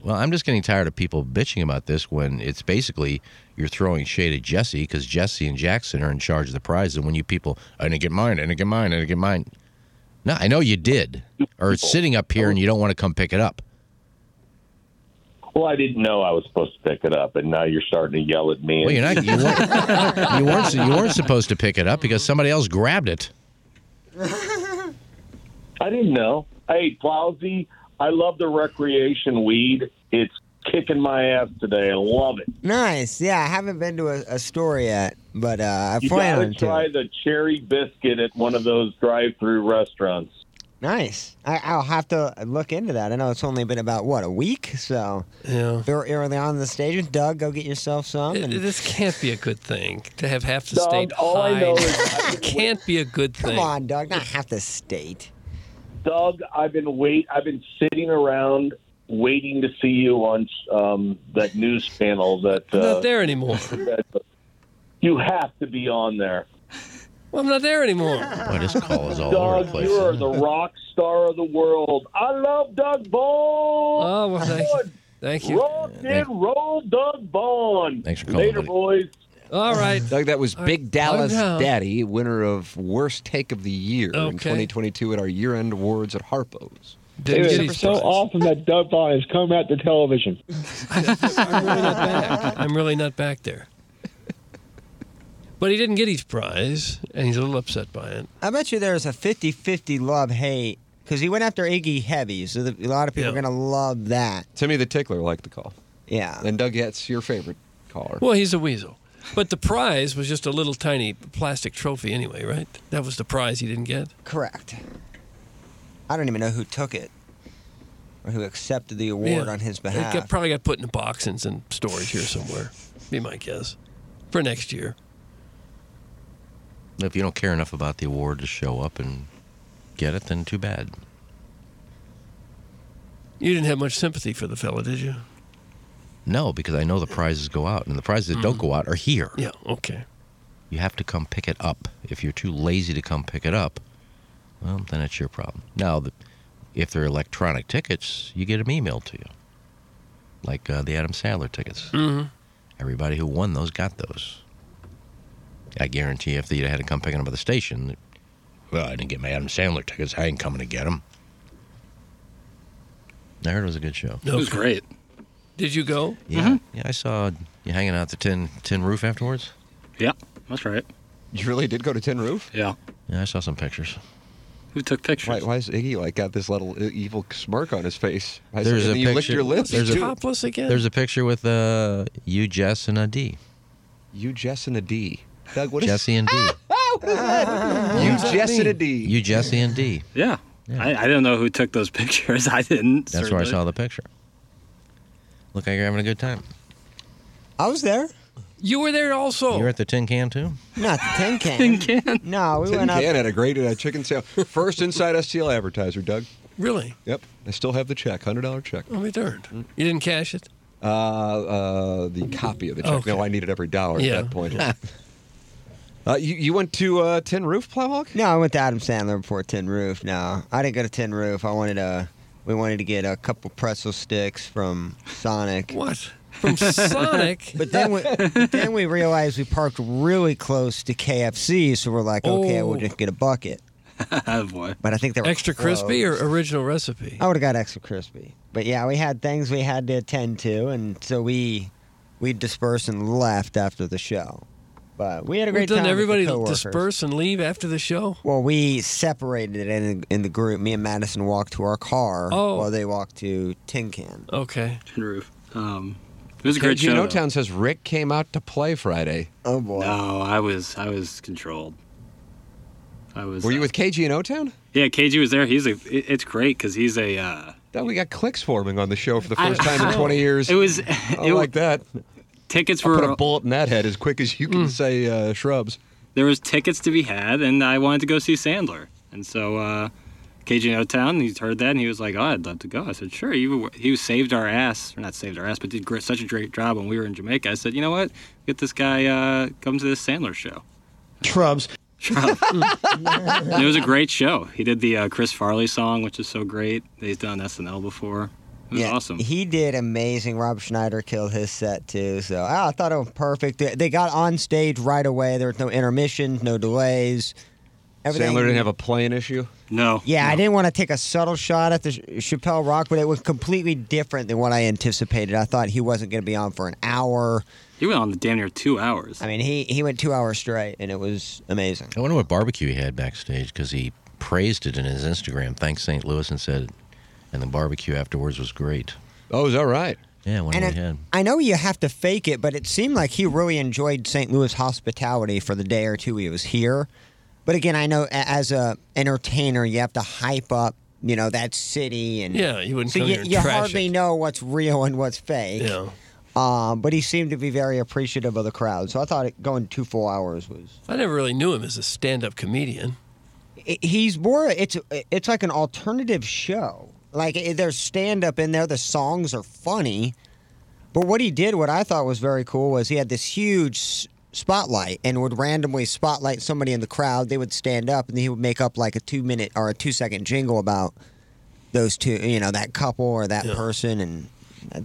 S2: Well, I'm just getting tired of people bitching about this when it's basically you're throwing shade at Jesse because Jesse and Jackson are in charge of the prize. And when you people, I didn't get mine, I didn't get mine, I didn't get mine. No, I know you did, or it's sitting up here and you don't want to come pick it up.
S13: Well, I didn't know I was supposed to pick it up, and now you're starting to yell at me.
S2: Well, you're not. You weren't. You weren't, you weren't supposed to pick it up because somebody else grabbed it.
S13: I didn't know. Hey, Plowsy, I love the recreation weed. It's kicking my ass today. I love it.
S8: Nice. Yeah, I haven't been to a, a store yet, but uh, I
S13: You
S8: plan
S13: gotta
S8: on to.
S13: try the cherry biscuit at one of those drive-through restaurants.
S8: Nice. I, I'll have to look into that. I know it's only been about what a week, so
S12: yeah,
S8: very early on in the stages. Doug, go get yourself some. And
S12: This can't be a good thing to have half the
S8: Dog,
S12: state
S8: all I
S12: hide.
S8: know
S12: [LAUGHS] it can't be a good thing.
S8: come on, Doug, not half the state.
S13: Doug, I've been wait. I've been sitting around waiting to see you on um, that news channel. That
S12: I'm
S13: uh,
S12: not there anymore.
S13: that- you have to be on there.
S12: Well, I'm not there anymore.
S2: Boy, this call is all over the
S13: Doug,
S2: place.
S13: you are the rock star of the world. I love Doug Bond.
S12: Oh, well, thank you. Thank you.
S13: Rock and roll, Doug Bond.
S6: Thanks for calling,
S13: Later,
S6: buddy.
S13: boys.
S12: All right.
S6: Doug, that was
S13: All right.
S6: Big Dallas
S13: Oh, no.
S14: Uh-huh.
S6: Daddy, winner of Worst Take of the Year in
S15: Okay.
S6: 2022 at our year end awards at Harpo's.
S15: Dude, it's so awesome that Doug Bond has come out to television.
S12: I'm really not back there. [LAUGHS] But he didn't get his prize, and he's a little upset by it.
S8: I bet you there's a 50-50 love hate because he went after Iggy heavy, so the, a lot of people are gonna love that.
S6: Timmy the Tickler liked the call.
S8: Yeah.
S6: And Doug, that's your favorite caller.
S12: Well, he's a weasel. But the prize was just a little tiny plastic trophy, anyway, right? That was the prize he didn't get.
S8: Correct. I don't even know who took it or who accepted the award
S12: Yeah.
S8: on his
S12: It got-
S8: behalf.
S12: probably got put in a box and some storage here somewhere. Be my guess for next year.
S2: If you don't care enough about the award to show up and get it, then too bad.
S12: You didn't have much sympathy for the fella, did you?
S2: No, because I know the prizes go out, and the prizes that
S12: Mm-hmm.
S2: don't go out are here.
S12: Yeah. Okay.
S2: You have to come pick it up. If you're too lazy to come pick it up, well, then it's your problem. Now, the, if they're electronic tickets, you get them emailed to you, like uh, the Adam Sandler tickets.
S12: Mm-hmm.
S2: Everybody who won those got those. I guarantee if they had to come pick them up at the station, well, I didn't get my Adam Sandler tickets. I ain't coming to get them. I heard it was a good show.
S12: It was great. Did you go?
S2: Yeah,
S7: Mm-hmm.
S2: yeah. I saw you hanging out at the tin tin roof afterwards.
S7: Yeah, that's right.
S6: You really did go to Tin Roof?
S7: Yeah.
S2: Yeah, I saw some pictures.
S7: Who took pictures?
S6: Why, why is Iggy like got this little uh, evil smirk on his face? Why is
S2: There's
S6: it-
S2: a
S6: and you licked
S2: picture-
S6: your lips.
S2: there's a-
S12: Topless again?
S2: There's a picture with uh, you, Jess, and a D.
S6: You, Jess, E and a D. Doug, what is
S2: Jesse and D.
S6: You, Jess, and a D.
S2: You, Jesse, and D.
S7: Yeah. I, I don't know who took those [LAUGHS] pictures. I didn't.
S2: That's where I saw the picture. Look like you're having a good time.
S8: I was there.
S12: You were there also.
S2: You're at the tin can too.
S8: Not the
S12: [LAUGHS]
S8: tin can.
S12: Tin can.
S8: No, we
S6: Tin
S8: went up.
S6: Can had a great uh, chicken sale. First Inside STL advertiser, Doug.
S12: Really?
S6: Yep. I still have the check, $100 check. Mm-hmm.
S12: I'll be darned. You didn't cash it?
S6: Uh, uh, the copy of the check.
S12: Okay.
S6: No, I needed every dollar
S12: Yeah.
S6: at that point. uh, you, you went to uh, Tin Roof, Plowhawk?
S8: No, I went to Adam Sandler before Tin Roof. No, I didn't go to Tin Roof. I wanted to. We wanted to get a couple pretzel sticks from Sonic.
S12: What? From Sonic?
S8: [LAUGHS] but then we, but then we realized we parked really close to KFC, so we're like, okay, we'll
S12: Oh.
S8: just get a bucket.
S7: boy.
S8: But I think they were
S12: Extra crispy or original recipe?
S8: I would have got extra crispy. But yeah, we had things we had to attend to, and so we we dispersed and left after the show. But we had a
S12: Well,
S8: great
S12: doesn't
S8: time. with the
S12: everybody
S8: coworkers.
S12: disperse and leave after the show?
S8: Well, we separated in in the group. Me and Madison walked to our car,
S12: Oh.
S8: while they walked to Tin Can.
S12: Okay.
S7: Tin Roof. Um, it was a great
S6: Gino
S7: show. though.
S6: Town says Rick came out to play Friday.
S8: Oh, boy.
S7: No, I was I was controlled. I was.
S6: Were you
S7: uh,
S6: with KG in O Town?
S7: Yeah, KG was there. He's a. it- it's great because he's a. Uh,
S6: Doug, we got clicks forming on the show for the
S7: I-
S6: first time in 20 years.
S7: It was.
S6: I
S7: it
S6: like
S7: was,
S6: that.
S7: tickets
S6: I'll
S7: were.
S6: put a bullet in that head as quick as you can
S7: Mm.
S6: say uh, shrubs.
S7: there was tickets to be had, and I wanted to go see Sandler, and so uh, KG in Town, he's heard that, and he was like, "Oh, I'd love to go." I said, "Sure." He wa- he saved our ass, or not saved our ass, but did gr- such a great job when we were in Jamaica. I said, "You know what? Get this guy uh, come to this Sandler show."
S15: Shrubs.
S6: [LAUGHS]
S7: And it was a great show. He did the uh, Chris Farley song, which is so great. He's done SNL before. was awesome.
S8: He did amazing. Rob Schneider killed his set too. So ah, I thought it was perfect. They- They got on stage right away. There was no intermissions, no delays. Everything.
S6: Sandler didn't have a playing issue.
S7: No.
S8: yeah, I didn't want to take a subtle shot at the Ch- Chappelle Rock, but it was completely different than what I anticipated. I thought he wasn't going to be on for an hour.
S7: He went on damn near two hours.
S8: I mean, he, he went two hours straight, and it was amazing.
S2: I wonder what barbecue he had backstage because he praised it in his Instagram. Thanks St. Louis and said, and the barbecue afterwards was great.
S6: Oh, is that right?
S2: Yeah, what
S8: And
S2: we
S8: it-
S2: had.
S8: I know you have to fake it, but it seemed like he really enjoyed St. Louis hospitality for the day or two he was here. But again, I know a- as a entertainer, you have to hype up, you know, that city and
S12: Yeah, you wouldn't
S8: So
S12: come
S8: you,
S12: here and
S8: you
S12: trash
S8: hardly know what's real and what's fake.
S12: Yeah.
S8: Um, but he seemed to be very appreciative of the crowd, so I thought it, going two full hours was.
S12: I never really knew him as a stand-up comedian.
S8: i- He's more. It's it's like an alternative show. Like i- there's stand up in there. The songs are funny, but what he did, what I thought was very cool, was he had this huge s- spotlight and would randomly spotlight somebody in the crowd. They would stand up and he would make up like a two minute or a two second jingle about those two, you know, that couple or that person, and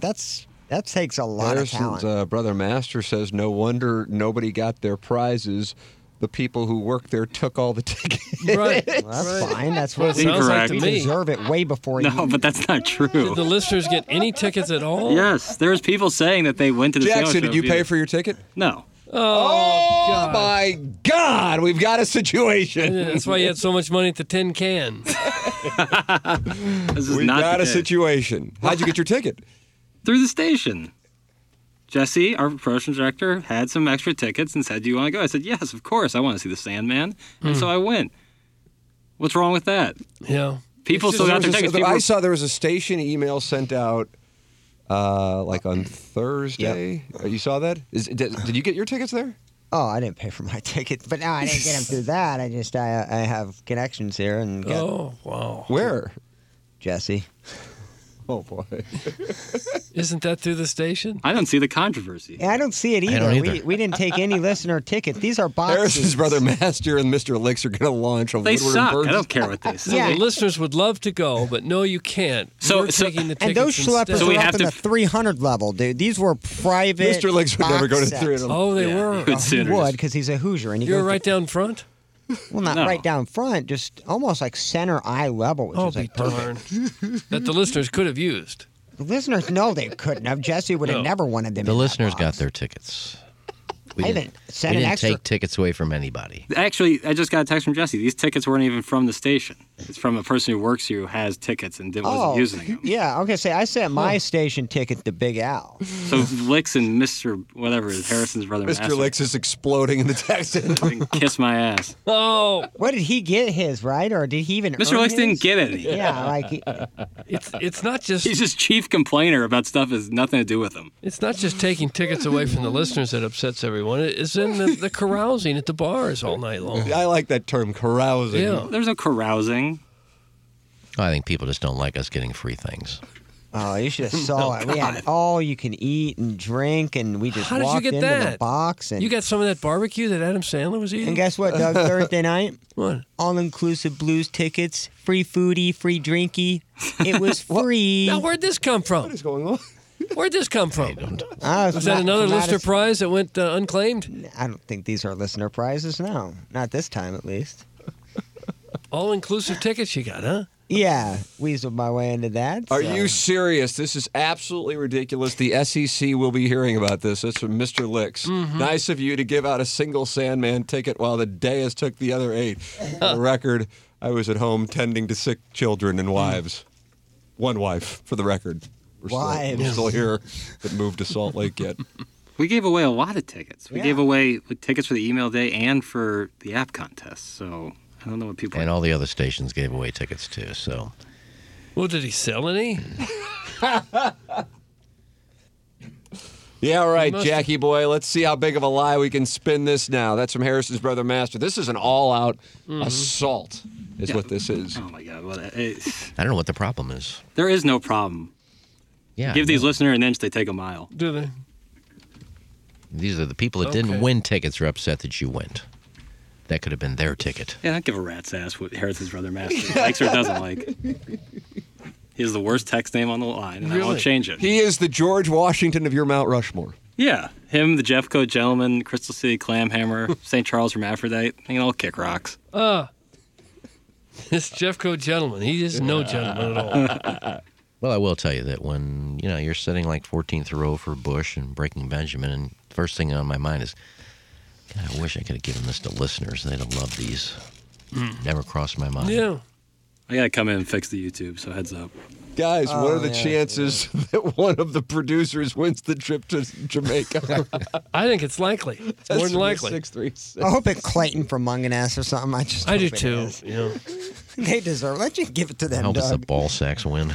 S8: that's that takes a lot of talent.
S6: Patterson's uh, brother Master says, "No wonder nobody got their prizes. The people who worked there took all the [LAUGHS] tickets."
S12: Right.
S8: Well, that's fine. That's
S12: Well,
S8: what
S12: it sounds like to
S8: we
S12: me.
S8: deserve it way before you.
S7: [LAUGHS] No, but
S12: [LAUGHS]
S7: that's not true.
S12: Did the listeners get any tickets at all?
S7: Yes, there's people saying that they went to the
S6: Jackson,
S7: sandwich
S6: did
S7: shop,
S6: you
S7: yeah.
S6: pay for your ticket?
S7: No.
S12: Oh, God.
S6: my God, we've got a situation.
S12: Yeah, That's why you had so much money at the tin can.
S7: This is
S6: We've
S7: not
S6: got
S7: the
S6: a
S7: day.
S6: situation. How'd you get your ticket?
S7: Through the station. Jesse, our promotion director, had some extra tickets and said, Do you want to go? I said, Yes, of course. I want to see the Sandman.
S12: Hmm.
S7: And so I went. What's wrong with that?
S12: Yeah.
S7: People still got
S6: There was a-
S7: their tickets.
S6: there-
S7: People
S6: I
S7: were-
S6: saw there was a station email sent out uh, like on Thursday. Uh, You saw that? Is, did, did you get your tickets there?
S8: Oh, I didn't pay for my [LAUGHS] ticket, but no, I didn't get him through that. I just I, I have connections here and got
S12: Oh, wow.
S6: Where?
S8: Jesse.
S6: Oh boy.
S12: Isn't that through the station?
S7: I don't see the controversy.
S8: Yeah, I don't see it
S6: I
S8: either.
S6: don't
S8: We,
S6: either.
S8: we didn't take any listener ticket. These are
S12: uh,
S8: boxes.
S6: Harris's brother Master and Mr. Licks are going to launch a Woodward and Burns. [LAUGHS]
S12: So the listeners would love to go, but no, you can't.
S6: So-
S12: We're
S6: so-
S12: taking the tickets
S8: And those schleppers
S12: instead.
S8: are up in the 300 level, dude. These were private.
S12: Mr. Legs would never go
S8: box
S12: to
S8: sets.
S12: 300. Oh, they Yeah, were. he would
S8: Oh, he
S12: sooner
S8: would
S12: just-
S8: because he's a Hoosier and he
S12: You're
S8: goes to-
S12: right down front.
S8: well, not
S12: No.
S8: right down front, just almost like center eye level, which
S12: Oh,
S8: is
S12: be
S8: like perfect.
S12: darn. that the listeners could have used.
S8: The listeners know they couldn't have. Jesse would have
S12: No.
S8: never wanted them.
S2: The
S8: in that
S2: listeners got their tickets. We
S8: I
S2: didn't,
S8: even sent
S2: we
S8: an
S2: didn't
S8: extra-
S2: take tickets away from anybody.
S7: Actually, I just got a text from Jesse. These tickets weren't even from the station. It's from a person who works here who has tickets and didn't, wasn't using them.
S8: Oh, Yeah, okay. Say I sent my station ticket to Big Al.
S7: So Licks and Mr. whatever is Harrison's brother.
S8: Mr.
S7: Master,
S6: Licks is exploding in the text.
S7: kiss my ass.
S12: Oh,
S8: what did he get his right, or did he even?
S7: Mr.
S8: earn
S7: Licks didn't
S8: his?
S7: get any.
S8: Yeah, like he,
S12: It's it's not just
S7: He's just chief complainer about stuff that has nothing to do with him.
S12: It's not just taking tickets away from the listeners that upsets everyone. It's in the, the carousing at the bars all night long.
S6: [LAUGHS] I like that term, carousing.
S12: Yeah.
S7: There's no carousing.
S2: I think people just don't like us getting free things.
S8: oh, you should have saw it. We had all you can eat and drink, and we just
S12: How did you
S8: walked
S12: get
S8: into the
S12: that?
S8: box and
S12: You got some of that barbecue that Adam Sandler was eating.
S8: And guess
S12: [LAUGHS]
S8: what, Doug? Thursday night,
S12: What?
S8: all inclusive blues tickets, free foodie, free drinky.
S12: [LAUGHS]
S8: It was free.
S12: Now, where'd this come from? What
S6: is going on?
S12: [LAUGHS] Where'd this come from?
S8: Ah,
S12: [LAUGHS]
S8: it's
S12: Was that
S8: not-
S12: another
S8: not
S12: listener
S8: as-
S12: prize that went uh, unclaimed?
S8: I don't think these are listener prizes. No, not this time at least.
S12: All inclusive tickets you got, huh?
S8: Yeah, weaseled my way into that.
S6: Are
S8: so.
S6: you serious? This is absolutely ridiculous. The SEC will be hearing about this. That's from Mr. Licks. Nice of you to give out a single Sandman ticket while the Deas took the other eight. For the record, I was at home tending to sick children and wives. One wife, for the record. We're still-
S8: Wives.
S6: we're still here that moved
S8: [LAUGHS]
S6: to Salt Lake yet.
S7: We gave away a lot of tickets. We gave away tickets for the email day and for the app contest. So I don't know what people.
S2: And all the other stations gave away tickets too. So
S12: Well, did he sell any?
S6: Yeah, all right,
S12: must-
S6: Jackie boy. Let's see how big of a lie we can spin this now. That's from Harrison's brother Master. This is an all out
S7: Mhm.
S6: assault, is
S7: Yeah.
S6: what this is.
S7: Oh my God! Well, it,
S2: I don't know what the problem is.
S7: there is no problem.
S2: Yeah,
S7: Give
S2: I
S7: these listeners an inch, they take a mile.
S12: Do they?
S2: These are the people that
S7: Okay.
S2: didn't win tickets are upset that you went. That could have been their ticket.
S12: [LAUGHS]
S7: Yeah, I don't give a rat's ass what Harrison's brother Master likes or doesn't like. He has the worst text name on the line, and I won't change it.
S6: He is the George Washington of your Mount Rushmore.
S7: Yeah, him, the Jeffco gentleman, Crystal City
S2: [LAUGHS]
S7: Clamhammer, St. Charles Hermaphrodite, they can all kick rocks.
S12: Uh, [LAUGHS] this Jeffco gentleman, he is no gentleman
S2: [LAUGHS]
S12: at all.
S2: Well, I will tell you that when you know you're sitting like 14th row for Bush and breaking Benjamin, and first thing on my mind is, God, I wish I could have given this to listeners. They'd have loved these.
S7: Mm.
S2: Never crossed my mind.
S12: Yeah.
S7: I gotta come in and fix the YouTube, so heads up.
S6: Guys, what
S8: Oh,
S6: are the
S7: yeah,
S6: chances [LAUGHS] that one of the producers wins the trip to Jamaica?
S12: I think it's likely. It's more
S6: That's
S12: than likely.
S6: six, three, six.
S8: I hope it's Clayton from Munganess or something. I just
S12: I do
S8: hope it
S12: too.
S8: is.
S12: Yeah.
S8: They deserve. Let you give it to
S2: I
S8: them,
S2: hope it's the
S8: Doug.
S2: ball sacks win.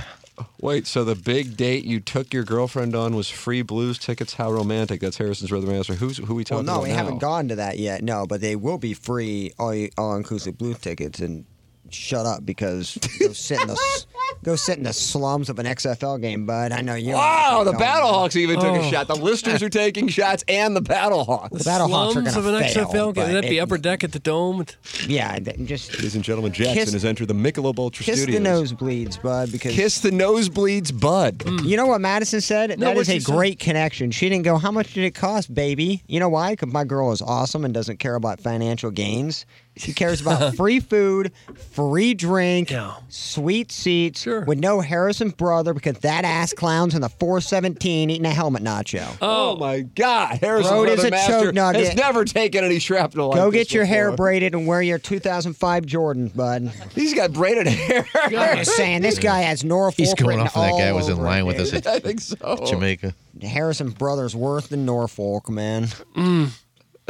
S6: Wait, so the big date you took your girlfriend on was free blues tickets? How romantic! That's Harrison's Rhythm Master. Who's who we
S8: Well,
S6: talking
S8: no,
S6: about
S8: we
S6: now?
S8: haven't gone to that yet. No, but they will be free all all inclusive blue tickets and shut up
S6: [LAUGHS]
S8: because go sit in the s- go sit in the slums of an XFL game, bud. I know you.
S6: Wow, Oh, the Battlehawks even took a
S8: Oh.
S6: shot. The listeners are taking shots, and the Battlehawks.
S8: The Battlehawks are
S12: Slums of
S8: gonna
S12: an
S8: fail,
S12: XFL game.
S8: but
S12: That'd be
S8: it-
S12: upper deck at the dome.
S8: Yeah, th- just
S6: Ladies and gentlemen, Jackson
S8: Kiss-
S6: has entered the Michelob Ultra
S8: Kiss
S6: Studios.
S8: the nosebleeds, bud. Because
S6: Kiss the nosebleeds, bud.
S8: You know what Madison said?
S6: No,
S8: that is
S6: what'd
S8: a
S6: she say?
S8: great connection. She didn't go, "How much did it cost, baby?" You know why? Because my girl is awesome and doesn't care about financial gains. She cares
S2: [LAUGHS]
S8: about free food, free drink, sweet seats, with no Harrison brother because that ass clown's in the 417 eating a helmet nacho.
S6: Oh, my God, Harrison
S8: Road is
S6: Rhythm
S8: a
S6: Master
S8: choke nugget.
S6: has never taken any shrapnel. like
S8: Go
S6: this
S8: get your hair
S6: before.
S8: braided and wear your 2005 Jordan, bud.
S6: He's got braided [LAUGHS] hair.
S8: I'm just saying, this guy has Nora
S2: He's going
S8: written
S2: off of that
S8: all
S2: guy was in
S8: over
S2: line
S8: it,
S2: with us
S8: dude.
S2: at
S12: [LAUGHS]
S2: I think so. Jamaica.
S8: Harrison Brothers worth the Norfolk, man.
S12: Mm.
S8: [LAUGHS]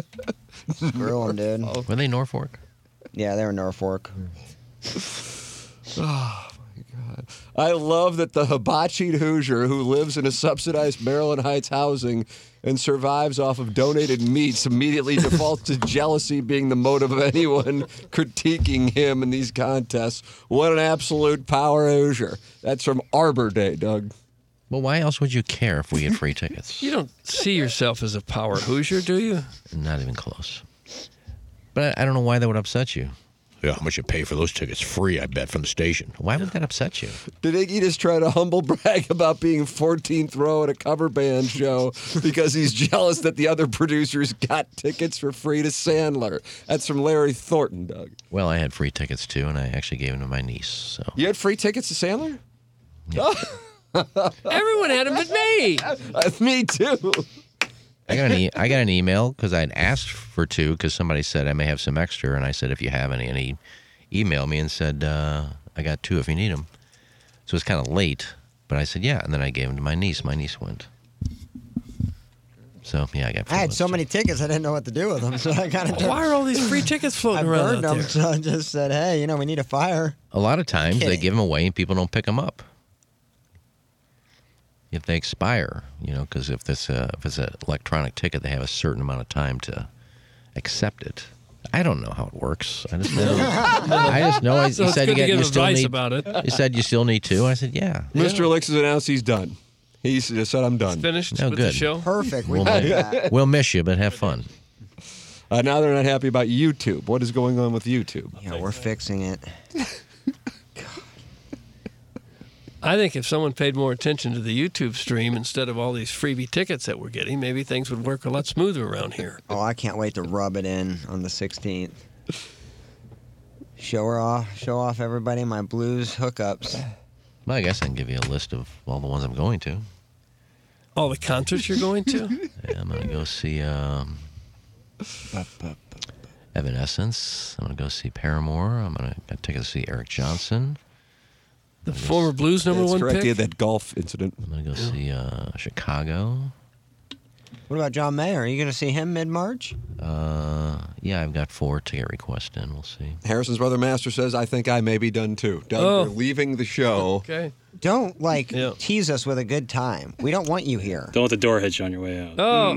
S8: Screw 'em, dude.
S2: Were they Norfolk?
S8: Yeah, they were Norfolk.
S6: Oh my God. I love that the hibachi Hoosier who lives in a subsidized Maryland Heights housing and survives off of donated meats immediately defaults to jealousy being the motive of anyone [LAUGHS] critiquing him in these contests. What an absolute power Hoosier. That's from Arbor Day, Doug.
S2: Well, why else would you care if we had
S12: [LAUGHS]
S2: free tickets?
S12: You don't see yourself as a power Hoosier, do you?
S2: Not even close. But I, I don't know why that would upset you. Yeah, how much you pay for those tickets? Free, I bet, from the station. Why would that upset you?
S6: Did Iggy just try to humble brag about being 14th row at a cover band show because he's jealous that the other producers got tickets for free to Sandler? That's from Larry Thornton, Doug.
S2: Well, I had free tickets too, and I actually gave them to my niece. So
S6: You had free tickets to Sandler? Oh.
S12: [LAUGHS] Everyone had him but me.
S6: me too.
S2: I got an e- I got an email because I'd asked for two because somebody said I may have some extra, and I said if you have any, and he emailed me and said uh, I got two if you need them. So it's kind of late, but I said yeah, and then I gave them to my niece. My niece went. So yeah, I got.
S8: I had so many tickets, I didn't know what to do with them, so I got to.
S12: Why are all these free tickets
S8: I
S12: floating around?
S8: burned
S12: out
S8: them,
S12: there?
S8: so I just said, "Hey, you know, we need a fire."
S2: A lot of times they
S8: Kidding.
S2: give them away and people don't pick them up if they expire. You know, because if this uh, if it's an electronic ticket, they have a certain amount of time to accept it. I don't know how it works. I just know. I just know. I
S12: [LAUGHS] So
S2: you
S12: it's
S2: said you,
S12: good to
S2: get,
S12: give
S2: you still
S12: advice
S2: need.
S12: about it.
S2: You said you still need two. I said yeah.
S6: Mr. Licks has announced he's done. He s- just said, I'm done.
S12: Finished
S2: No
S12: with
S2: good.
S12: the show.
S8: Perfect.
S2: We'll, mi- we'll miss you, but have fun.
S6: Uh, now they're not happy about YouTube. What is going on with YouTube?
S8: Yeah, we're fixing it.
S12: I think if someone paid more attention to the YouTube stream instead of all these freebie tickets that we're getting, maybe things would work a lot smoother around here.
S8: Oh, I can't wait to rub it in on the 16th. Show her off, show off everybody my blues hookups.
S2: Well, I guess I can give you a list of all the ones I'm going to.
S12: All the concerts you're going to?
S2: Yeah, I'm gonna go see um, Evanescence. I'm gonna go see Paramore. I'm gonna got tickets to see Eric Johnson.
S12: The former Blues number
S6: That's
S12: one
S6: correct. He
S12: pick?
S6: had that golf incident.
S2: I'm gonna go see uh, Chicago.
S8: What about John Mayer? Are you going to see him mid March?
S2: Uh, yeah, I've got four ticket requests in. We'll see.
S6: Harrison's brother Master says, I think I may be done too. Doug,
S8: Oh.
S6: you're leaving the show.
S12: Okay.
S8: Don't like tease us with a good time. We don't want you here.
S7: Oh. Don't let the door hit you on your way out.
S12: Oh.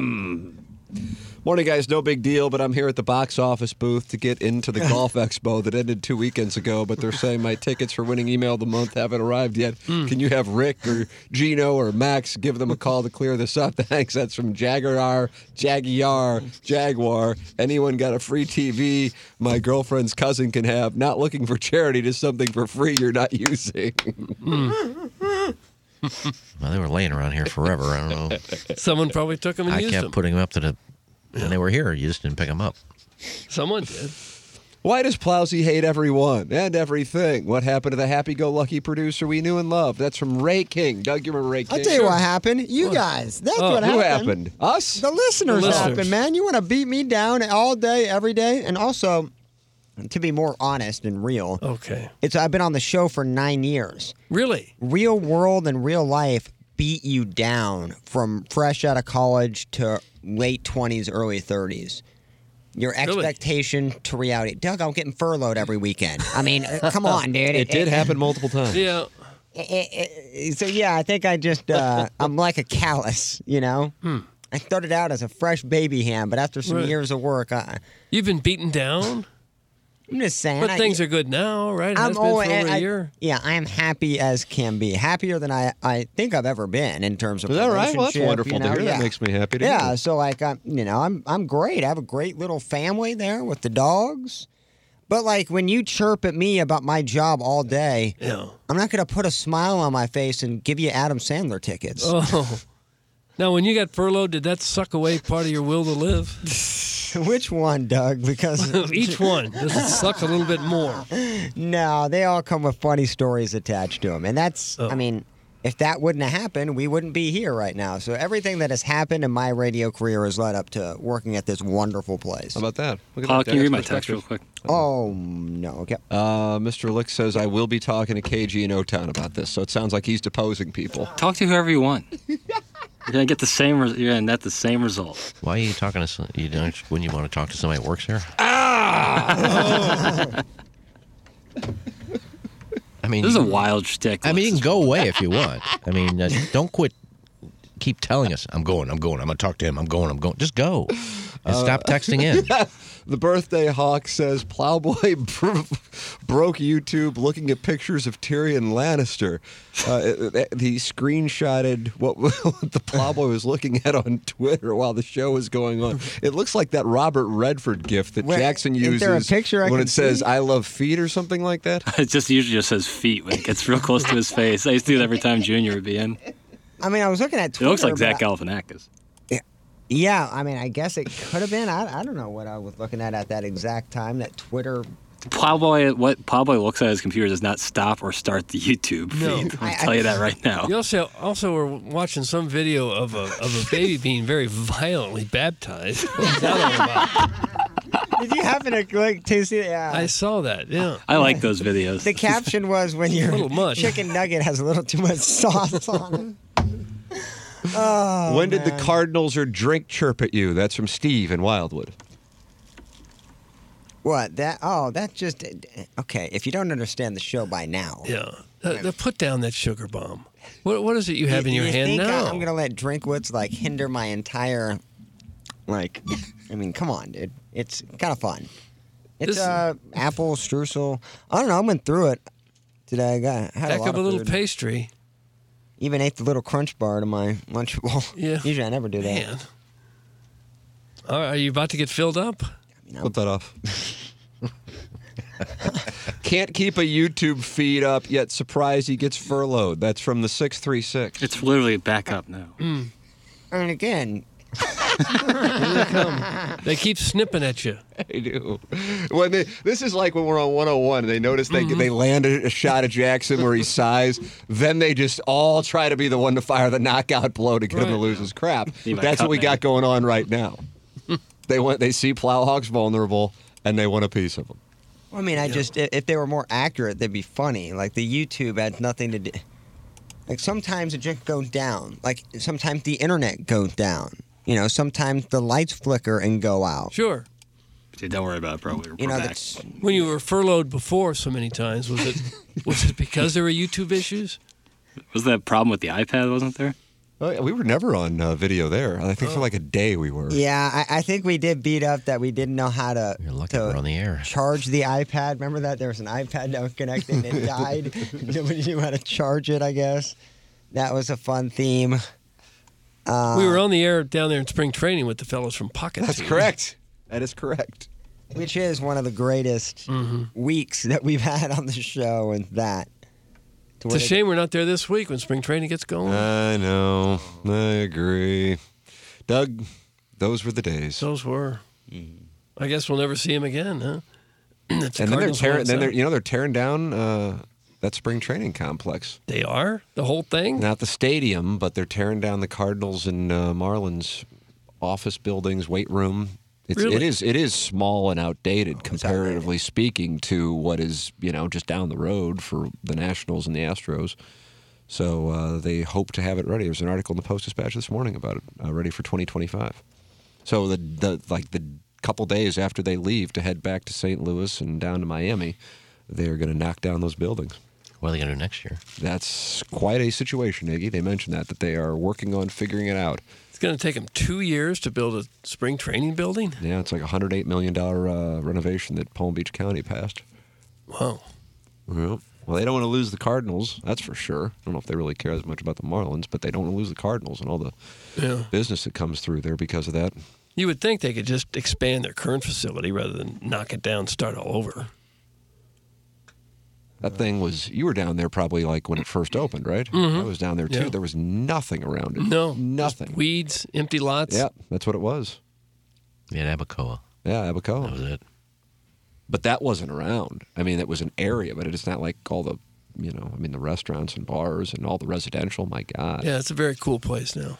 S6: Morning, guys. No big deal, but I'm here at the box office booth to get into the golf expo that ended two weekends ago. But they're saying my tickets for winning email of the month haven't arrived yet.
S16: Hmm.
S6: Can you have Rick or Gino or Max give them a call to clear this up? [LAUGHS] Thanks. That's from Jaguar, Jaguar, Jaguar. Anyone got a free TV my girlfriend's cousin can have? Not looking for charity, just something for free you're not [LAUGHS] using.
S2: Well, they were laying around here forever. I don't
S12: [LAUGHS]
S2: know.
S12: Someone probably took them and
S2: I
S12: used
S2: kept
S12: them.
S2: putting them up to the. When they were here, you just didn't pick them up.
S12: Someone did.
S6: Why does Plowsy hate everyone and everything? What happened to the happy-go-lucky producer we knew and loved? That's from Ray King. Doug, you remember Ray King?
S8: I'll tell you what happened. You guys. That's
S6: Oh,
S8: what
S6: who
S8: happened.
S6: happened? Us?
S8: The listeners,
S6: The listeners.
S8: happened, man. You want to beat me down all day, every day? And also, to be more honest and real,
S6: Oh,
S12: okay.
S8: It's I've been on the show for nine years.
S12: Really?
S8: Real world and real life beat you down from fresh out of college to late twenties, early thirties. Your expectation to reality. Doug, I'm getting furloughed every weekend. I
S6: [LAUGHS]
S8: mean, uh, come on, dude.
S6: It did happen multiple
S8: [LAUGHS]
S6: times.
S12: Yeah.
S8: Eh, So yeah, I think I just uh, I'm like a callus, you know. I started out as a fresh baby ham, but after some
S12: Right.
S8: years of work, I,
S12: You've been beaten down.
S8: I'm just saying.
S12: But
S8: I-
S12: things are good now, right? It has
S8: I'm
S12: been for
S8: always,
S12: over a
S8: I,
S12: year.
S8: Yeah, I am happy as can be. Happier than I, I think I've ever been in terms of
S6: Is that right? Well, that's
S8: relationship,
S6: wonderful
S8: you
S6: to
S8: know,
S6: hear.
S8: Yeah.
S6: That makes me happy. To
S8: yeah,
S12: Hmm.
S6: hear.
S8: so like I'm, you know, I'm I'm great. I have a great little family there with the dogs. But like when you chirp at me about my job all day, I'm not going to put a smile on my face and give you Adam Sandler tickets.
S12: Oh. Now, when you got furloughed, did that suck away part of your will to live?
S8: Which one, Doug? Because
S12: each one does it suck a little bit more.
S8: No, they all come with funny stories attached to them. And that's, I mean, if that wouldn't have happened, we wouldn't be here right now. So everything that has happened in my radio career has led up to working at this wonderful place. How
S6: about that? Look at
S7: Paul,
S6: that,
S7: can you
S6: Doug's
S7: read my text real quick?
S8: Oh, no. Okay.
S6: Uh, Mr. Lick says, I will be talking to KG in O Town about this. So it sounds like he's deposing people.
S7: Talk to whoever
S8: [LAUGHS]
S7: you want. You're gonna get the same. Re- you're gonna net the same result.
S2: Why are you talking to some, you don't wouldn't you want to talk to somebody that works here?
S6: Ah! [LAUGHS]
S2: I mean,
S7: This is a
S2: wild shtick. I mean, you can go away if you want. I mean, uh, don't quit. Keep telling us, I'm going, I'm going, I'm gonna talk to him, I'm going, I'm going. Just go and stop
S6: Uh,
S2: texting in.
S6: [LAUGHS] the birthday hawk says Plowboy [LAUGHS] bro- broke YouTube looking at pictures of Tyrion Lannister. Uh, it- it- he screenshotted what, [LAUGHS] what the Plowboy was looking at on Twitter while the show was going on. It looks like that Robert Redford gift that
S8: Wait,
S6: Jackson uses
S8: is there a picture I can
S6: when it says
S8: see?
S6: "I love feet" or something like that.
S7: [LAUGHS] It just usually just says feet when it gets real close to his face. I used to do that every time Junior would be in.
S8: [LAUGHS] I mean, I was looking at
S7: It
S8: Twitter.
S7: looks like
S8: but
S7: Zach
S8: I-
S7: Galifianakis.
S8: Yeah, I mean, I guess it could have been. I, I don't know what I was looking at at that exact time, that Twitter.
S7: Plowboy, what Plowboy looks at his computer does not stop or start the YouTube
S12: No.
S7: feed.
S12: I-
S7: I'll
S12: I-
S7: tell you that right now.
S12: You also also were watching some video of a of a baby being very violently baptized. [LAUGHS] What was that all about?
S8: Did you happen to, like, to see Yeah.
S12: I saw that. Yeah,
S7: I like those videos.
S8: The caption was when your
S12: Little much.
S8: chicken nugget has a little too
S12: [LAUGHS]
S8: much sauce on it. Oh,
S6: when did
S8: man.
S6: the Cardinals or drink chirp at you? That's from Steve in Wildwood.
S8: What that? Oh, that just okay. If you don't understand the show by now,
S12: yeah. Uh, now put down that sugar bomb. What what is it you have in your hand
S8: think
S12: now?
S8: I- I'm gonna let Drinkwitz like hinder my entire, like, I mean, come on, dude. It's kind of fun. It's
S12: This-
S8: uh, apple streusel. I don't know. I went through it today. I got I had
S12: Heck
S8: a lot
S12: of a little
S8: food.
S12: pastry.
S8: Even ate the little crunch bar to my [LAUGHS] lunchable.
S12: Yeah.
S8: Usually I never do that.
S12: Man. All right, are you about to get filled up?
S6: Flip that off. [LAUGHS] Can't keep a YouTube feed up, yet surprise he gets furloughed. That's from the 636.
S7: It's literally back up now.
S12: Mm.
S8: And again,
S12: They keep snipping at you.
S6: [LAUGHS] They do. When they, this is like when we're on 101, they notice they they land a, a shot at Jackson where he sighs. Then they just all try to be the one to fire the knockout blow to get him to lose his crap.
S7: Be my
S6: That's what we
S7: cutman.
S6: got going on right [LAUGHS] now. they want they see Plowhawks vulnerable and they want a piece of him.
S8: I mean, I just i- if they were more accurate, they'd be funny. Like the YouTube had nothing to do. Like sometimes it just goes down. Like sometimes the internet goes down. You know, sometimes the lights flicker and go out.
S12: Sure.
S7: Dude, don't worry about it, bro. We're,
S8: You
S7: we're
S8: know,
S7: back.
S8: that's
S12: When you were furloughed before so many times, was
S8: [LAUGHS]
S12: it was it because there were YouTube issues?
S7: Was that problem with the iPad? Wasn't there?
S6: Oh, yeah, we were never on uh, video there. I
S12: Oh.
S6: think for like a day we were.
S8: Yeah, I, I think we did beat up that we didn't know how to, to
S2: We're on the
S6: [LAUGHS]
S2: air.
S8: charge the iPad. Remember that? There was an iPad that was connected and it died. [LAUGHS] Nobody knew how to charge it, I guess. That was a fun theme. Uh,
S12: we were on the air down there in spring training with the fellows from Pocket.
S8: [LAUGHS] That's
S12: Team.
S8: correct.
S6: That is correct.
S8: Which is one of the greatest weeks that we've had on the show, and that.
S12: It's
S8: To where
S12: a
S8: they-
S12: shame we're not there this week when spring training gets going.
S6: I know. I agree. Doug, those were the days.
S12: Those were.
S8: Mm-hmm.
S12: I guess we'll never see him again, huh? [CLEARS THROAT] It's the
S6: and then they're
S12: Cardinals won,
S6: tearing. Then
S12: so-
S6: they're you know they're tearing down uh, that spring training complex.
S12: They are the whole thing.
S6: Not the stadium, but they're tearing down the Cardinals and uh, Marlins office buildings, weight room. It's, It
S12: Really?
S6: is it is small and outdated comparatively speaking to what is you know just down the road for the Nationals and the Astros. So uh, they hope to have it ready. There's an article in the Post Dispatch this morning about it, uh, ready for 2025. So the, the like the couple days after they leave to head back to St. Louis and down to Miami, they're going to knock down those buildings.
S2: What are they going to do next year?
S6: That's quite a situation, Iggy. They mentioned that that they are working on figuring it out.
S12: It's going to take them two years to build a spring training building.
S6: Yeah, it's like a 108 million dollar uh, renovation that Palm Beach County passed.
S12: Wow.
S6: Well, well, they don't want to lose the Cardinals, that's for sure. I don't know if they really care as much about the Marlins, but they don't want to lose the Cardinals and all the
S12: Yeah.
S6: business that comes through there because of that.
S12: You would think they could just expand their current facility rather than knock it down, and start all over.
S6: That thing was you were down there probably like when it first opened, right?
S12: Mhm.
S6: I was down there too.
S12: Yeah.
S6: There was nothing around it.
S12: No,
S6: nothing.
S12: Weeds, empty lots.
S6: Yeah, that's what it was.
S2: Yeah, Abacoa.
S6: Yeah, Abacoa. That
S2: was it.
S6: But that wasn't around. I mean, that was an area, but it's not like all the, you know, I mean, the restaurants and bars and all the residential. My God.
S12: Yeah, it's a very cool place now.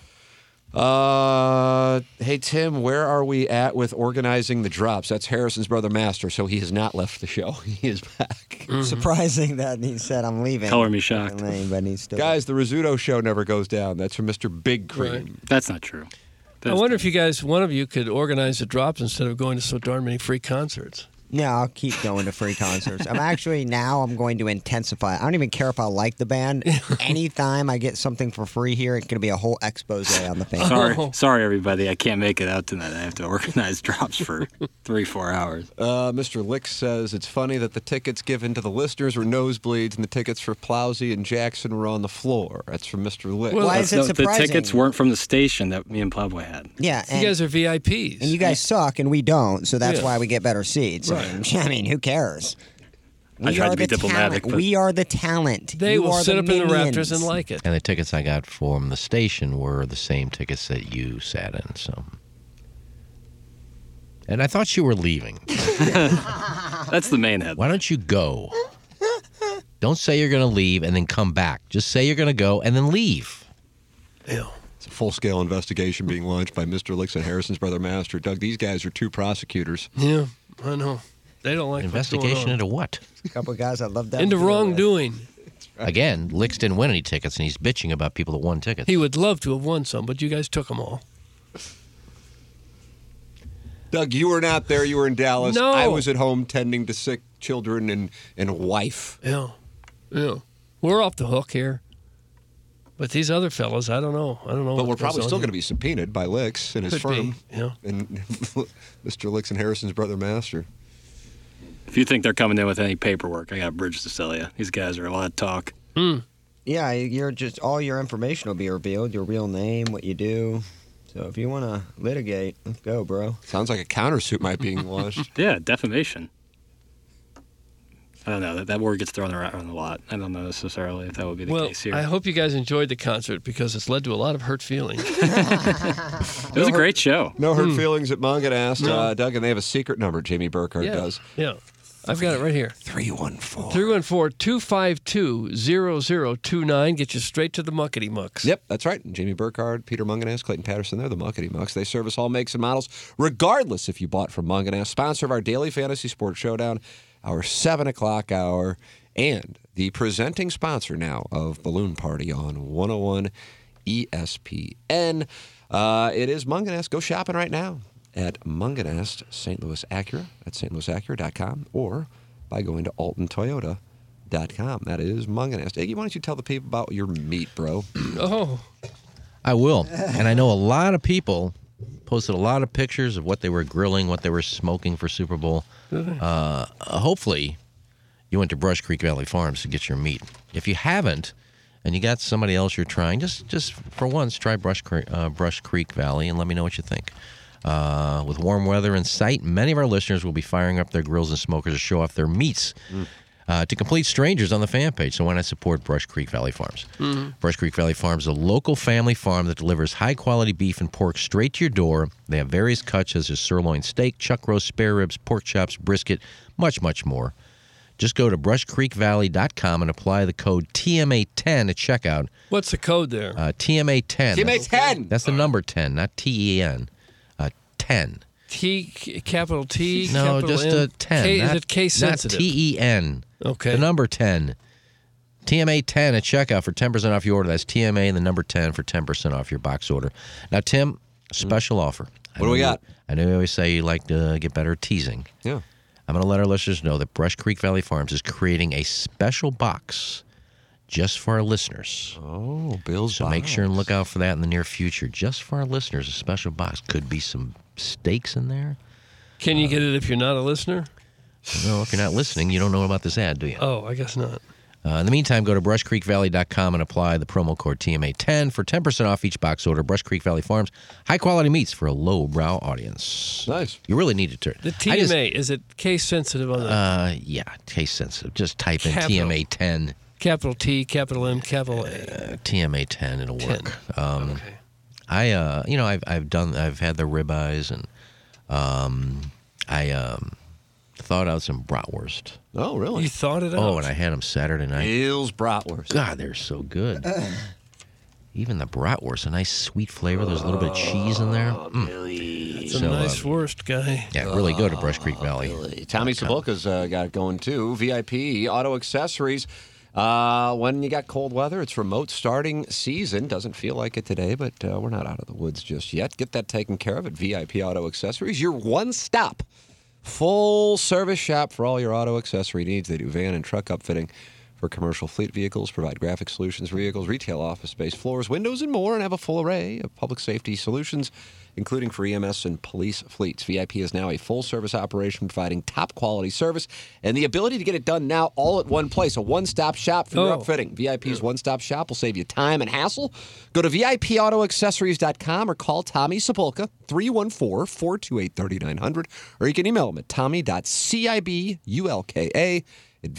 S6: Uh, hey Tim, where are we at with organizing the drops? That's Harrison's brother Master, so he has not left the show. [LAUGHS] He is back.
S12: Mm.
S8: Surprising that he said, I'm leaving.
S6: Color me shocked.
S8: But he's still
S6: Guys, the Rizzuto show never goes down. That's from Mr. Big Cream.
S7: That's not true.
S12: I wonder if you guys, one of you, could organize the drops instead of going to so darn many free concerts.
S8: No, I'll keep going to free concerts. I'm actually now I'm going to intensify. I don't even care if I like
S12: [LAUGHS]
S8: the band. Anytime I get something for free here, it's going to be a whole expose on the band.
S7: Sorry,
S12: Oh.
S7: sorry, everybody. I can't make it out tonight. I have to [LAUGHS] organize drops for three, four hours.
S6: Uh, Mr. Lick says it's funny that the tickets given to the listeners were nosebleeds and the tickets for Plowsy and Jackson were on the floor. That's from Mr. Lick.
S8: Why is it surprising?
S7: The tickets weren't from the [LAUGHS] station that me and Plowboy had.
S8: Yeah, and,
S12: are VIPs,
S8: and you guys suck, and we don't. So that's
S7: Yeah.
S8: why we get better seats. I mean, I mean, who cares?
S7: I tried to be
S8: talent.
S7: diplomatic, but-
S8: We are the talent. You are minions.
S12: it.
S2: And the tickets I got from the station were the same tickets that you sat in. So, and I thought you were leaving.
S7: That's the main head.
S2: Why don't you go? Don't say you're going to leave and then come back. Just say you're going to go and then leave.
S6: It's a full scale investigation being launched by Mr. Lick and Harrison's brother Master. Doug, these guys are two
S12: [LAUGHS]
S6: prosecutors.
S12: Yeah, I know. They don't like what's going
S2: Investigation
S12: on.
S2: into what?
S8: couple of guys I love that.
S12: Into wrongdoing.
S2: Again, Licks didn't win any tickets, and he's bitching about people that won tickets.
S12: He would love to have won some, but you guys took them all.
S6: Doug, you were not there. You were in Dallas.
S12: No.
S6: I was at home tending to sick children and, and a wife.
S12: Yeah, yeah. We're off the hook here. But these other fellas, I don't know. I don't know.
S6: But we're probably still going to be subpoenaed by Licks and his
S12: Could be,
S6: firm.
S12: yeah.
S6: And [LAUGHS] Mr. Licks and Harrison's brother Master.
S7: If you think they're coming in with any paperwork, I got a bridge to sell you. These guys are a lot of talk.
S8: Yeah, you're just all your information will be revealed. Your real name, what you do. So if you want to litigate, let's go, bro.
S6: Sounds like a countersuit might
S12: [LAUGHS]
S6: be launched.
S7: yeah, defamation. I don't know. That, that word gets thrown around a lot. I don't know necessarily if that would be the
S12: Well,
S7: case here.
S12: I hope you guys enjoyed the concert because it's led to a lot of hurt feelings.
S7: it was a great show.
S6: No hurt feelings at Mongin asked
S12: Hmm. No.
S6: uh, Doug, and they have a secret number. Jamie Burkhardt
S12: yeah.
S6: does.
S12: Yeah. I've got it right here.
S6: 314.
S12: 314 252 0029. Get you straight to the muckety mucks.
S6: Yep, that's right. Jamie Burkhardt, Peter Munganess, Clayton Patterson, they're the Muckety Mucks. They service all makes and models, regardless if you bought from Munganess, sponsor of our daily fantasy sports showdown, our 7 o'clock hour, and the presenting sponsor now of Balloon Party on 101 E ESPN. Uh, it is Munganess. Go shopping right now at Munganess, St. Louis Acura, at stlouisacura.com, or by going to altontoyota.com. That is Munganess. Iggy, why don't you tell the people about your meat, bro?
S12: Oh.
S8: I will. And I know a lot of people posted a lot of pictures of what they were grilling, what they were smoking for Super Bowl. Uh, hopefully, you went to Brush Creek Valley Farms to get your meat. If you haven't, and you got somebody else you're trying, just just for once, try Brush Creek, uh, Brush Creek Valley and let me know what you think. Uh, with warm weather in sight, many of our listeners will be firing up their grills and smokers to show off their meats uh, to complete strangers on the fan page. So why not support Brush Creek Valley Farms?
S7: Mhm.
S8: Brush Creek Valley Farms is a local family farm that delivers high quality beef and pork straight to your door. They have various cuts such as sirloin steak, chuck roast, spare ribs, pork chops, brisket, much, much more. Just go to brushcreekvalley.com and apply the code TMA10 at checkout.
S7: What's the code there?
S8: Uh, TMA10.
S7: TMA10.
S8: That's- That's the number 10, not T E N. Uh, 10.
S7: T c- capital T.
S8: No,
S7: capital
S8: just
S7: M.
S8: a 10.
S7: K,
S8: not,
S7: is it case sensitive?
S8: Not T-E-N. Okay. The number 10. TMA 10 at checkout for 10% off your order. That's TMA and the number 10 for 10% off your box order. Now, Tim, special offer. I
S6: What do we
S8: know you-
S6: got?
S8: I know you always say you like to get better at teasing.
S6: Yeah.
S8: I'm going to let our listeners know that Brush Creek Valley Farms is creating a special box just for our listeners.
S6: Oh, Bill's
S8: So make sure and look out for that in the near future. Just for our listeners, a special box. Could be some steaks in there.
S7: Can you get it if you're not a listener?
S8: No, if you're not listening, you don't know about this ad, do you?
S7: Oh, I guess not.
S8: Uh, in the meantime, go to brushcreekvalley.com and apply the promo code TMA10 for 10% off each box order. Brush Creek Valley Farms, high quality meats for a lowbrow audience. Nice. You really need to turn
S7: The
S8: I
S7: TMA
S8: just-
S7: is it case sensitive on the
S8: uh, yeah, taste sensitive. Just type in
S7: Capital.
S8: TMA10,
S7: capital T, capital M, capital
S8: Uh,
S7: A.
S8: TMA10, it'll
S7: 10.
S8: work. Um, I, uh, you know, I've I've done, I've had the ribeyes, and um, I um, thawed out some bratwurst.
S6: Oh, really?
S7: You thought it out?
S8: Oh, and I had them Saturday night.
S6: Bill's bratwurst.
S8: God, they're so good. Even the bratwurst, a nice sweet flavor. There's a little bit of cheese in there. Mm.
S7: It's a
S8: So,
S7: nice
S8: um,
S7: worst guy.
S8: yeah, really go to Brush Creek Valley.
S6: Tommy Sabolka's uh, got it going too. VIP auto accessories. Uh, when you got cold weather, it's remote starting season. Doesn't feel like it today, but uh, we're not out of the woods just yet. Get that taken care of at VIP Auto Accessories, your one stop, full service shop for all your auto accessory needs. They do van and truck upfitting for commercial fleet vehicles, provide graphic solutions for vehicles, retail office space, floors, windows, and more, and have a full array of public safety solutions, including for EMS and police fleets. VIP is now a full service operation providing top quality service and the ability to get it done now all at one place, a one stop shop for your
S17: Oh.
S6: upfitting. VIP's one stop shop will save you time and hassle. Go to VIPAutoAccessories.com or call Tommy Sepulka, 314 428 3900, or you can email him at tommy.cibulka at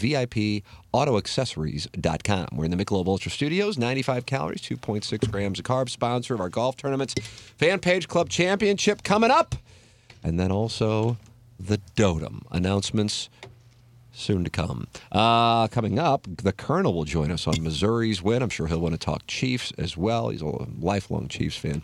S6: VIPAutoAccessories.com. We're in the Michelob Ultra Studios, 95 calories, 2.6 grams of carbs, sponsor of our golf tournaments, Fan Page Club Championship coming up, and then also the Dotem announcements soon to come. Uh, coming up, the Colonel will join us on Missouri's win. I'm sure he'll want to talk Chiefs as well. He's a lifelong Chiefs fan.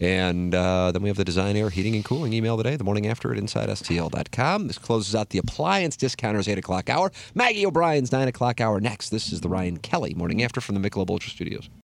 S6: And uh, then we have the Design Air Heating and Cooling email today, the morning after at InsideSTL.com. This closes out the appliance discounters 8 o'clock hour. Maggie O'Brien's 9 o'clock hour next. This is the Ryan Kelly morning after from the Michelob Ultra Studios.